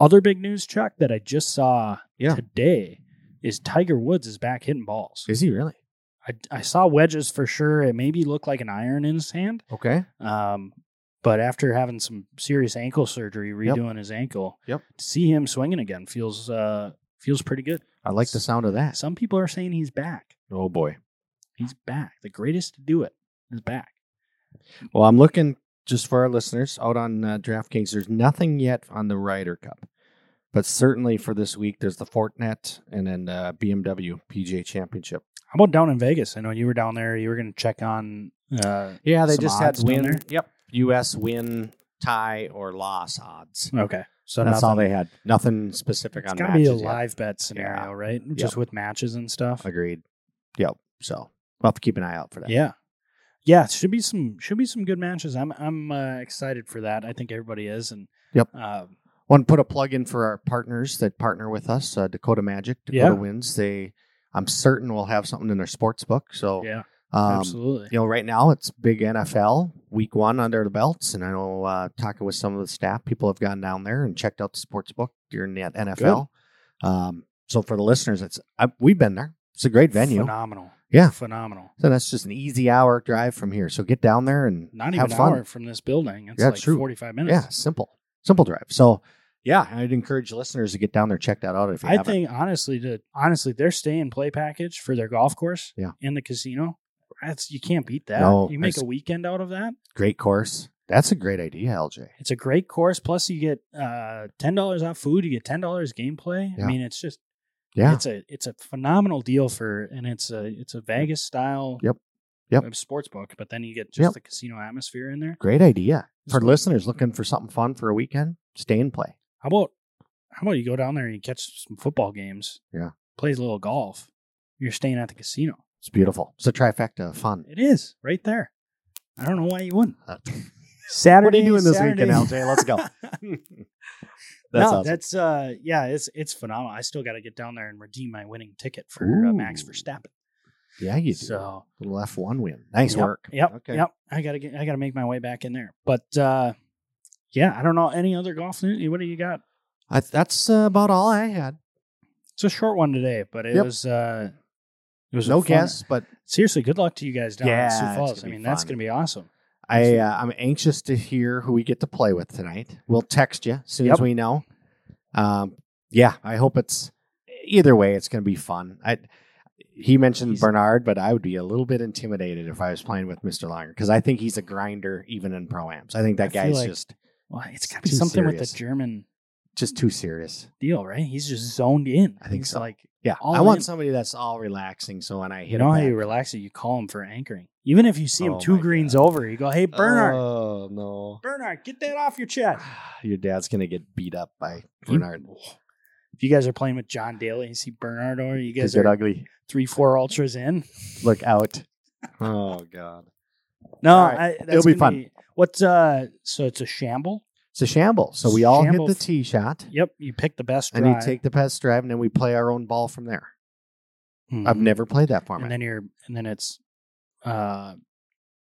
[SPEAKER 1] other big news, Chuck, that I just saw
[SPEAKER 2] Yeah.
[SPEAKER 1] today is Tiger Woods is back hitting balls.
[SPEAKER 2] Is he really?
[SPEAKER 1] I, I saw wedges for sure. It maybe looked like an iron in his hand.
[SPEAKER 2] Okay.
[SPEAKER 1] Um, but after having some serious ankle surgery,
[SPEAKER 2] Yep.
[SPEAKER 1] redoing his ankle,
[SPEAKER 2] Yep.
[SPEAKER 1] to see him swinging again feels uh, feels pretty good.
[SPEAKER 2] I like the sound of that.
[SPEAKER 1] Some people are saying he's back.
[SPEAKER 2] Oh boy.
[SPEAKER 1] He's back. The greatest to do it is back.
[SPEAKER 2] Well, I'm looking just for our listeners out on uh, DraftKings. There's nothing yet on the Ryder Cup, but certainly for this week, there's the Fortinet and then uh, BMW PGA Championship.
[SPEAKER 1] How about down in Vegas? I know you were down there. You were going to check on. Uh,
[SPEAKER 2] Yeah, they
[SPEAKER 1] Some
[SPEAKER 2] just
[SPEAKER 1] odds
[SPEAKER 2] had
[SPEAKER 1] down
[SPEAKER 2] win.
[SPEAKER 1] there?
[SPEAKER 2] Yep, U.S. win, tie, or loss odds.
[SPEAKER 1] okay, so
[SPEAKER 2] That's all
[SPEAKER 1] nothing-
[SPEAKER 2] they had. Nothing specific
[SPEAKER 1] It's
[SPEAKER 2] on
[SPEAKER 1] got to
[SPEAKER 2] matches.
[SPEAKER 1] be a
[SPEAKER 2] yet.
[SPEAKER 1] live bet scenario,
[SPEAKER 2] Yeah.
[SPEAKER 1] right? Just with matches and stuff.
[SPEAKER 2] Agreed. Yep. So we'll have to keep an eye out for that.
[SPEAKER 1] Yeah, yeah. it Should be some should be some good matches. I'm I'm uh, excited for that. I think everybody is. And
[SPEAKER 2] Yep.
[SPEAKER 1] uh,
[SPEAKER 2] Want to put a plug in for our partners that partner with us, uh, Dakota Magic, Dakota
[SPEAKER 1] Yeah.
[SPEAKER 2] Wins. They, I'm certain, will have something in their sports book. So
[SPEAKER 1] yeah,
[SPEAKER 2] um,
[SPEAKER 1] absolutely.
[SPEAKER 2] You know, right now it's big NFL week one under the belts, and I know uh, talking with some of the staff, people have gone down there and checked out the sports book during that NFL. Um, so for the listeners, it's I, we've been there. It's a great venue.
[SPEAKER 1] Phenomenal.
[SPEAKER 2] Yeah.
[SPEAKER 1] phenomenal.
[SPEAKER 2] So that's just an easy hour drive from here. So get down there and
[SPEAKER 1] Not
[SPEAKER 2] have
[SPEAKER 1] even an
[SPEAKER 2] fun.
[SPEAKER 1] hour from this building. It's
[SPEAKER 2] Yeah,
[SPEAKER 1] like
[SPEAKER 2] true.
[SPEAKER 1] 45 minutes.
[SPEAKER 2] Yeah, simple, simple drive. So yeah, I'd encourage listeners to get down there, check that out if you
[SPEAKER 1] I
[SPEAKER 2] haven't.
[SPEAKER 1] think honestly, to honestly, their stay and play package for their golf course
[SPEAKER 2] Yeah.
[SPEAKER 1] and the casino, that's you can't beat that.
[SPEAKER 2] No,
[SPEAKER 1] you make
[SPEAKER 2] it's-
[SPEAKER 1] a weekend out of that.
[SPEAKER 2] Great course. That's a great idea, LJ.
[SPEAKER 1] It's a great course. Plus, you get uh, ten dollars off food. You get ten dollars gameplay. I
[SPEAKER 2] Yeah.
[SPEAKER 1] mean, it's just
[SPEAKER 2] Yeah,
[SPEAKER 1] it's a it's a phenomenal deal for, and it's a it's a Vegas style
[SPEAKER 2] Yep. Yep.
[SPEAKER 1] a sports book, but then you get just
[SPEAKER 2] Yep.
[SPEAKER 1] the casino atmosphere in there.
[SPEAKER 2] Great idea. For
[SPEAKER 1] So-
[SPEAKER 2] listeners looking for something fun for a weekend, stay and play.
[SPEAKER 1] How about how about you go down there and you catch some football games?
[SPEAKER 2] Yeah.
[SPEAKER 1] Play a little golf. You're staying at the casino.
[SPEAKER 2] It's beautiful. It's a trifecta of fun.
[SPEAKER 1] It is right there. I don't know why you wouldn't.
[SPEAKER 2] Uh,
[SPEAKER 1] Saturday.
[SPEAKER 2] what are you doing this
[SPEAKER 1] Saturday-
[SPEAKER 2] weekend, LJ? Let's go.
[SPEAKER 1] no,
[SPEAKER 3] That's awesome.
[SPEAKER 1] that's uh, yeah, it's it's phenomenal. I still got to get down there and redeem my winning ticket for uh, Max
[SPEAKER 2] Ooh.
[SPEAKER 1] Verstappen.
[SPEAKER 2] yeah, you do.
[SPEAKER 1] So
[SPEAKER 2] Little F one win. Nice
[SPEAKER 1] Yep,
[SPEAKER 2] work.
[SPEAKER 1] Yep.
[SPEAKER 2] Okay.
[SPEAKER 1] Yep. I gotta get. I gotta make my way back in there. But uh, yeah, I don't know any other golf news. What do you got?
[SPEAKER 2] I, that's uh, about all I had.
[SPEAKER 1] It's a short one today, but it
[SPEAKER 2] Yep.
[SPEAKER 1] was uh, it was a
[SPEAKER 2] No
[SPEAKER 1] fun-
[SPEAKER 2] guess, but
[SPEAKER 1] Seriously, good luck to you guys down in
[SPEAKER 2] Yeah,
[SPEAKER 1] Sioux
[SPEAKER 2] it's
[SPEAKER 1] Falls.
[SPEAKER 2] gonna
[SPEAKER 1] I
[SPEAKER 2] be
[SPEAKER 1] mean, that's
[SPEAKER 2] fun.
[SPEAKER 1] gonna be awesome.
[SPEAKER 2] I uh, I'm anxious to hear who we get to play with tonight. We'll text you as soon as
[SPEAKER 1] Yep.
[SPEAKER 2] we know. Um, yeah, I hope it's either way. It's going to be fun. I he mentioned
[SPEAKER 1] He's-
[SPEAKER 2] Bernard, but I would be a little bit intimidated if I was playing with Mister Longer because I think he's a grinder even in pro amps. I think
[SPEAKER 1] I
[SPEAKER 2] that
[SPEAKER 1] feel
[SPEAKER 2] guy's
[SPEAKER 1] like-
[SPEAKER 2] just
[SPEAKER 1] Well, it's gotta be
[SPEAKER 2] Too
[SPEAKER 1] something with
[SPEAKER 2] serious.
[SPEAKER 1] the German
[SPEAKER 2] just too serious.
[SPEAKER 1] deal, right? He's just zoned in.
[SPEAKER 2] I think
[SPEAKER 1] He's
[SPEAKER 2] so.
[SPEAKER 1] Like
[SPEAKER 2] Yeah,
[SPEAKER 1] All
[SPEAKER 2] I want
[SPEAKER 1] in.
[SPEAKER 2] somebody that's all relaxing. So when I hit
[SPEAKER 1] you know
[SPEAKER 2] a
[SPEAKER 1] how you
[SPEAKER 2] back-
[SPEAKER 1] relax it, you call him for anchoring. Even if you see him
[SPEAKER 2] Oh
[SPEAKER 1] two
[SPEAKER 2] my
[SPEAKER 1] greens
[SPEAKER 2] God.
[SPEAKER 1] over, you go, "Hey, Bernard,
[SPEAKER 2] Oh no.
[SPEAKER 1] Bernard, get that off your chest."
[SPEAKER 2] Your dad's gonna get beat up by
[SPEAKER 1] He-
[SPEAKER 2] Bernard.
[SPEAKER 1] If you guys are playing with John Daly, you see Bernard or you
[SPEAKER 2] He's
[SPEAKER 1] guys
[SPEAKER 2] get
[SPEAKER 1] are
[SPEAKER 2] ugly.
[SPEAKER 1] three, four ultras in.
[SPEAKER 2] Look out. Oh god.
[SPEAKER 1] No,
[SPEAKER 2] All right.
[SPEAKER 1] I, that's
[SPEAKER 2] It'll be
[SPEAKER 1] gonna
[SPEAKER 2] fun.
[SPEAKER 1] what's uh? So it's a shamble.
[SPEAKER 2] It's a shamble. So we all
[SPEAKER 1] Shamble.
[SPEAKER 2] hit the tee shot,
[SPEAKER 1] Yep, you pick the best drive,
[SPEAKER 2] and you take the best drive, and then we play our own ball from there.
[SPEAKER 1] Mhm.
[SPEAKER 2] I've never played that
[SPEAKER 1] and
[SPEAKER 2] format.
[SPEAKER 1] then you're and then it's uh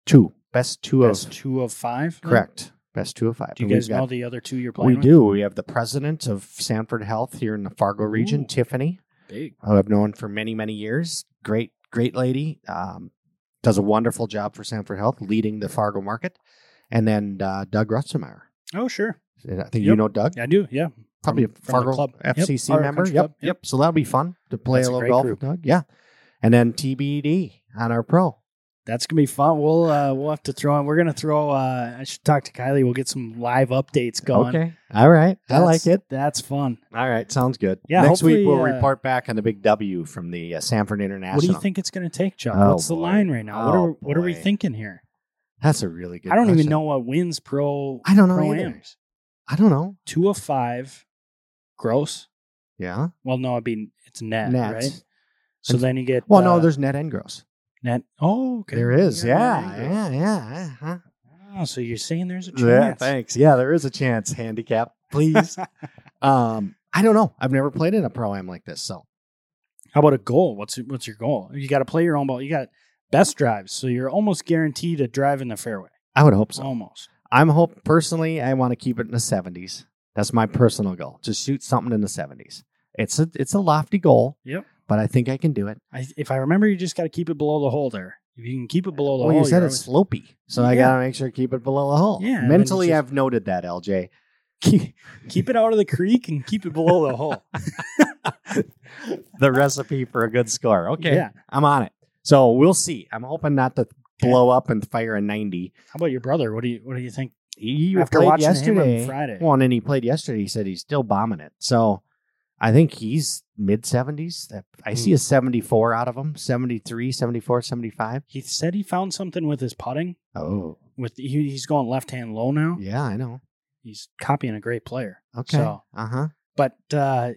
[SPEAKER 2] two best two
[SPEAKER 1] best
[SPEAKER 2] of
[SPEAKER 1] two of five. then?
[SPEAKER 2] correct best two of five.
[SPEAKER 1] Do you
[SPEAKER 2] And we've
[SPEAKER 1] guys know
[SPEAKER 2] got-
[SPEAKER 1] the other two you're
[SPEAKER 2] we
[SPEAKER 1] playing? with?
[SPEAKER 2] do. We have the president of Sanford Health here in the Fargo region,
[SPEAKER 1] Ooh.
[SPEAKER 2] Tiffany,
[SPEAKER 1] Big.
[SPEAKER 2] who I've known for many many years. Great great lady. Um, does a wonderful job for Sanford Health, leading the Fargo market, and then uh, Doug Rutzemeyer.
[SPEAKER 1] Oh sure,
[SPEAKER 2] I think you
[SPEAKER 1] Yep.
[SPEAKER 2] know Doug.
[SPEAKER 1] I do. Yeah,
[SPEAKER 2] probably
[SPEAKER 1] From-
[SPEAKER 2] a
[SPEAKER 1] from the
[SPEAKER 2] Fargo
[SPEAKER 1] club. Yep,
[SPEAKER 2] FCC
[SPEAKER 1] Fargo
[SPEAKER 2] member.
[SPEAKER 1] Country
[SPEAKER 2] Yep,
[SPEAKER 1] Club.
[SPEAKER 2] yep,
[SPEAKER 1] Yep.
[SPEAKER 2] So that'll be fun to play
[SPEAKER 1] That's
[SPEAKER 2] a
[SPEAKER 1] a
[SPEAKER 2] little
[SPEAKER 1] great
[SPEAKER 2] golf,
[SPEAKER 1] group.
[SPEAKER 2] with Doug. Yeah, and then TBD on our pro.
[SPEAKER 1] that's gonna be fun. We'll uh we'll have to throw in. We're gonna throw. uh I should talk to Kylie. We'll get some live updates going.
[SPEAKER 2] Okay, all right, I like
[SPEAKER 1] That's-
[SPEAKER 2] it.
[SPEAKER 1] That's fun.
[SPEAKER 2] All right, sounds good.
[SPEAKER 1] Yeah,
[SPEAKER 2] next
[SPEAKER 1] hopefully,
[SPEAKER 2] week we'll
[SPEAKER 1] uh,
[SPEAKER 2] report back on the big W from the uh, Sanford International.
[SPEAKER 1] What do you think it's gonna take, Chuck?
[SPEAKER 2] Oh,
[SPEAKER 1] What's the
[SPEAKER 2] boy.
[SPEAKER 1] line right now? what
[SPEAKER 2] Oh,
[SPEAKER 1] are what are we
[SPEAKER 2] boy.
[SPEAKER 1] thinking here?
[SPEAKER 2] That's a really good.
[SPEAKER 1] I don't even
[SPEAKER 2] question.
[SPEAKER 1] know what wins pro.
[SPEAKER 2] I don't know
[SPEAKER 1] pro
[SPEAKER 2] either.
[SPEAKER 1] ams.
[SPEAKER 2] I don't know.
[SPEAKER 1] Two of five, gross.
[SPEAKER 2] Yeah.
[SPEAKER 1] Well, no, it'd be it's net,
[SPEAKER 2] Net.
[SPEAKER 1] right? So then you get
[SPEAKER 2] Well,
[SPEAKER 1] uh,
[SPEAKER 2] no, there's net and gross.
[SPEAKER 1] net. Oh, okay.
[SPEAKER 2] There is.
[SPEAKER 1] You got
[SPEAKER 2] Yeah.
[SPEAKER 1] net and gross.
[SPEAKER 2] Yeah. Yeah. uh-huh.
[SPEAKER 1] Oh, so you're saying there's a
[SPEAKER 2] Yeah.
[SPEAKER 1] chance?
[SPEAKER 2] Thanks. Yeah, there is a chance. Handicap, please. um, I don't know. I've never played in a pro am like this, so
[SPEAKER 1] How about a goal? What's what's your goal? You got to play your own ball. You got best drives, so you're almost guaranteed a drive in the fairway.
[SPEAKER 2] I would hope so.
[SPEAKER 1] Almost.
[SPEAKER 2] I'm hope personally. I want to keep it in the 70s. That's my personal goal. Just shoot something in the 70s. It's a it's a lofty goal.
[SPEAKER 1] Yep.
[SPEAKER 2] But I think I can do it.
[SPEAKER 1] I, if I remember, you just got to keep it below the hole there. If you can keep it below the
[SPEAKER 2] well,
[SPEAKER 1] hole,
[SPEAKER 2] you said
[SPEAKER 1] you're
[SPEAKER 2] it's slopey, so I
[SPEAKER 1] Yeah.
[SPEAKER 2] gotta make sure to keep it below the hole.
[SPEAKER 1] Yeah, and then
[SPEAKER 2] Mentally,
[SPEAKER 1] it's just-
[SPEAKER 2] I've noted that, LJ.
[SPEAKER 1] always- keep it out of the creek and keep it below the hole.
[SPEAKER 2] the recipe for a good score. Okay.
[SPEAKER 1] Yeah.
[SPEAKER 2] I'm on it. So we'll see. I'm hoping not to blow up and fire a 90.
[SPEAKER 1] How about your brother? What do you what do you think?
[SPEAKER 2] He
[SPEAKER 1] After
[SPEAKER 2] played
[SPEAKER 1] watching him on
[SPEAKER 2] yesterday,
[SPEAKER 1] Friday.
[SPEAKER 2] Well, and then he played yesterday. He said he's still bombing it. So I think he's mid 70s. I see a 74 out of him 73, 74, 75.
[SPEAKER 1] He said he found something with his putting.
[SPEAKER 2] Oh,
[SPEAKER 1] With he, he's going left hand low now.
[SPEAKER 2] yeah, I know.
[SPEAKER 1] He's copying a great player.
[SPEAKER 2] Okay.
[SPEAKER 1] So-
[SPEAKER 2] Uh huh.
[SPEAKER 1] But uh,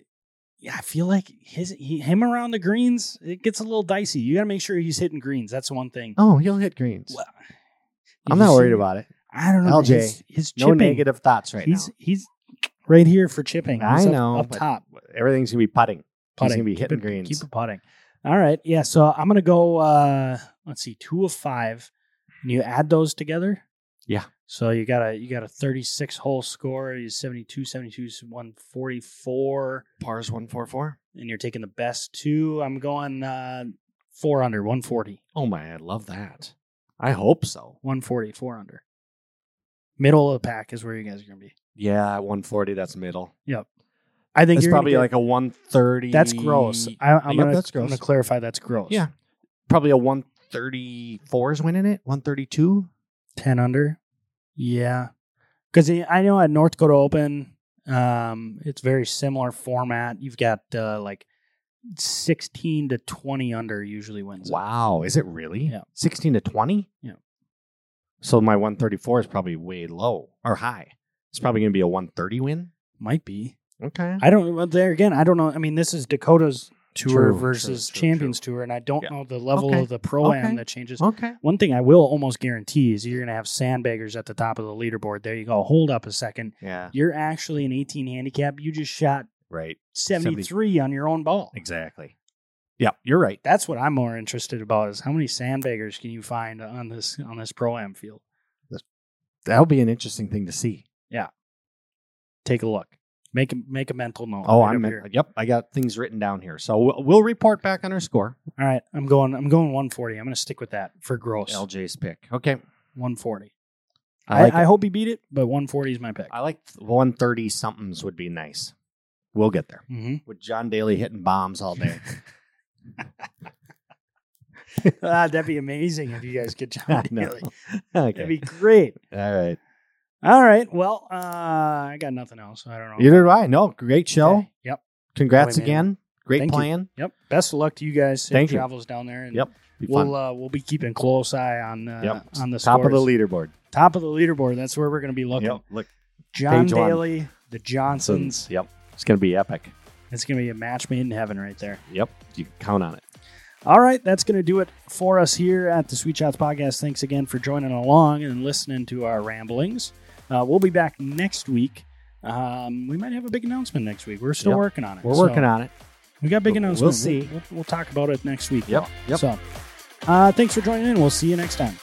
[SPEAKER 1] yeah, I feel like his he, him around the greens it gets a little dicey. You got to make sure he's hitting greens. That's the one thing.
[SPEAKER 2] Oh, he'll hit greens.
[SPEAKER 1] Well,
[SPEAKER 2] I'm
[SPEAKER 1] you
[SPEAKER 2] not
[SPEAKER 1] see-
[SPEAKER 2] worried about it.
[SPEAKER 1] I don't know.
[SPEAKER 2] LJ,
[SPEAKER 1] his, his
[SPEAKER 2] No
[SPEAKER 1] chipping.
[SPEAKER 2] negative thoughts right
[SPEAKER 1] he's he's right here for chipping.
[SPEAKER 2] I
[SPEAKER 1] He's up-
[SPEAKER 2] know,
[SPEAKER 1] up
[SPEAKER 2] but-
[SPEAKER 1] top.
[SPEAKER 2] now. Everything's going to be putting.
[SPEAKER 1] putting.
[SPEAKER 2] gonna be
[SPEAKER 1] Keep
[SPEAKER 2] hitting
[SPEAKER 1] it-
[SPEAKER 2] greens.
[SPEAKER 1] Keep it putting. All right. Yeah. So I'm gonna go. uh Let's see, two of five, and you add those together.
[SPEAKER 2] Yeah.
[SPEAKER 1] So you got a you got a 36 hole score. You 72, 72 is 144,
[SPEAKER 2] Pars 144.
[SPEAKER 1] and you're taking the best two. I'm going uh four under, 140,
[SPEAKER 2] Oh, my. I love that. I hope so.
[SPEAKER 1] 140, four under. Middle of the pack is where you guys are gonna be.
[SPEAKER 2] Yeah, at 140, that's middle.
[SPEAKER 1] I think
[SPEAKER 2] It's
[SPEAKER 1] you're gonna
[SPEAKER 2] probably
[SPEAKER 1] get-
[SPEAKER 2] like a 130.
[SPEAKER 1] that's gross. I, I'm,
[SPEAKER 2] Yep,
[SPEAKER 1] gonna,
[SPEAKER 2] that's gross.
[SPEAKER 1] I'm gonna clarify that's gross.
[SPEAKER 2] Yeah. Probably a 134 is winning it. 132.
[SPEAKER 1] 10 under. Yeah. Because I know at North Dakota Open, um, it's very similar format. You've got uh, like 16 to 20 under usually wins. it.
[SPEAKER 2] Wow, is it really?
[SPEAKER 1] Yeah.
[SPEAKER 2] 16 to 20?
[SPEAKER 1] Yeah.
[SPEAKER 2] So my 134 is probably way low or high. It's probably going to be a 130 win.
[SPEAKER 1] Might be.
[SPEAKER 2] Okay.
[SPEAKER 1] I don't well, there again, I don't know. I mean, this is Dakota's tour
[SPEAKER 2] True,
[SPEAKER 1] versus
[SPEAKER 2] true, true,
[SPEAKER 1] Champions Tour and I don't
[SPEAKER 2] Yeah.
[SPEAKER 1] know the level
[SPEAKER 2] Okay.
[SPEAKER 1] of the pro am
[SPEAKER 2] Okay.
[SPEAKER 1] that changes.
[SPEAKER 2] okay.
[SPEAKER 1] One thing I will almost guarantee is you're going to have sandbaggers at the top of the leaderboard. There you go. Hold up a second.
[SPEAKER 2] Yeah.
[SPEAKER 1] You're actually an 18 handicap. You just shot
[SPEAKER 2] Right.
[SPEAKER 1] 73 on your own ball.
[SPEAKER 2] Exactly. Yeah, you're right.
[SPEAKER 1] That's what I'm more interested about is how many sandbaggers can you find on this on this pro am field?
[SPEAKER 2] That'll be an interesting thing to see.
[SPEAKER 1] Take a look. Make a, make a mental note.
[SPEAKER 2] Oh,
[SPEAKER 1] right
[SPEAKER 2] I'm
[SPEAKER 1] up
[SPEAKER 2] in-
[SPEAKER 1] here.
[SPEAKER 2] yep. I got things written down here, so we'll, we'll report back on our score.
[SPEAKER 1] All right, I'm going. I'm going 140. I'm going to stick with that for gross.
[SPEAKER 2] LJ's pick. Okay,
[SPEAKER 1] 140.
[SPEAKER 2] I
[SPEAKER 1] I,
[SPEAKER 2] like
[SPEAKER 1] I,
[SPEAKER 2] it.
[SPEAKER 1] hope he beat it, but 140 is my pick.
[SPEAKER 2] I like 130 somethings would be nice. We'll get there
[SPEAKER 1] hmm
[SPEAKER 2] with John Daly hitting bombs all day.
[SPEAKER 1] ah, that'd be amazing if you guys could
[SPEAKER 2] I
[SPEAKER 1] jump.
[SPEAKER 2] know.
[SPEAKER 1] That'd
[SPEAKER 2] okay.
[SPEAKER 1] be great.
[SPEAKER 2] all right.
[SPEAKER 1] All right. Well, uh, I got nothing else. I don't know.
[SPEAKER 2] Either do I. No, great show.
[SPEAKER 1] Okay. Yep.
[SPEAKER 2] Congrats
[SPEAKER 1] Boy, man.
[SPEAKER 2] again. Great
[SPEAKER 1] Thank you.
[SPEAKER 2] plan.
[SPEAKER 1] Yep. Best of luck to you guys. Safe
[SPEAKER 2] Thank you.
[SPEAKER 1] travels down there. And
[SPEAKER 2] Yep. Be
[SPEAKER 1] We'll uh, we'll be keeping close eye on uh,
[SPEAKER 2] Yep.
[SPEAKER 1] on the
[SPEAKER 2] Top of the
[SPEAKER 1] scores.
[SPEAKER 2] leaderboard.
[SPEAKER 1] top of the leaderboard. That's where we're going to be looking.
[SPEAKER 2] Look. mm.
[SPEAKER 1] John
[SPEAKER 2] Page one.
[SPEAKER 1] Daly, the Johnsons.
[SPEAKER 2] Yep. It's going to be epic.
[SPEAKER 1] It's going to be a match made in heaven right there.
[SPEAKER 2] Yep. You can count on it.
[SPEAKER 1] All right, that's going to do it for us here at the Sweet Shots Podcast. Thanks again for joining along and listening to our ramblings. Uh, we'll be back next week. Um, we might have a big announcement next week. We're still
[SPEAKER 2] Yep.
[SPEAKER 1] working on it.
[SPEAKER 2] We're working on it.
[SPEAKER 1] We got big
[SPEAKER 2] We'll
[SPEAKER 1] announcement.
[SPEAKER 2] see.
[SPEAKER 1] We'll, we'll talk about it next week.
[SPEAKER 2] Yep, yep.
[SPEAKER 1] So, uh, thanks for joining in. We'll see you next time.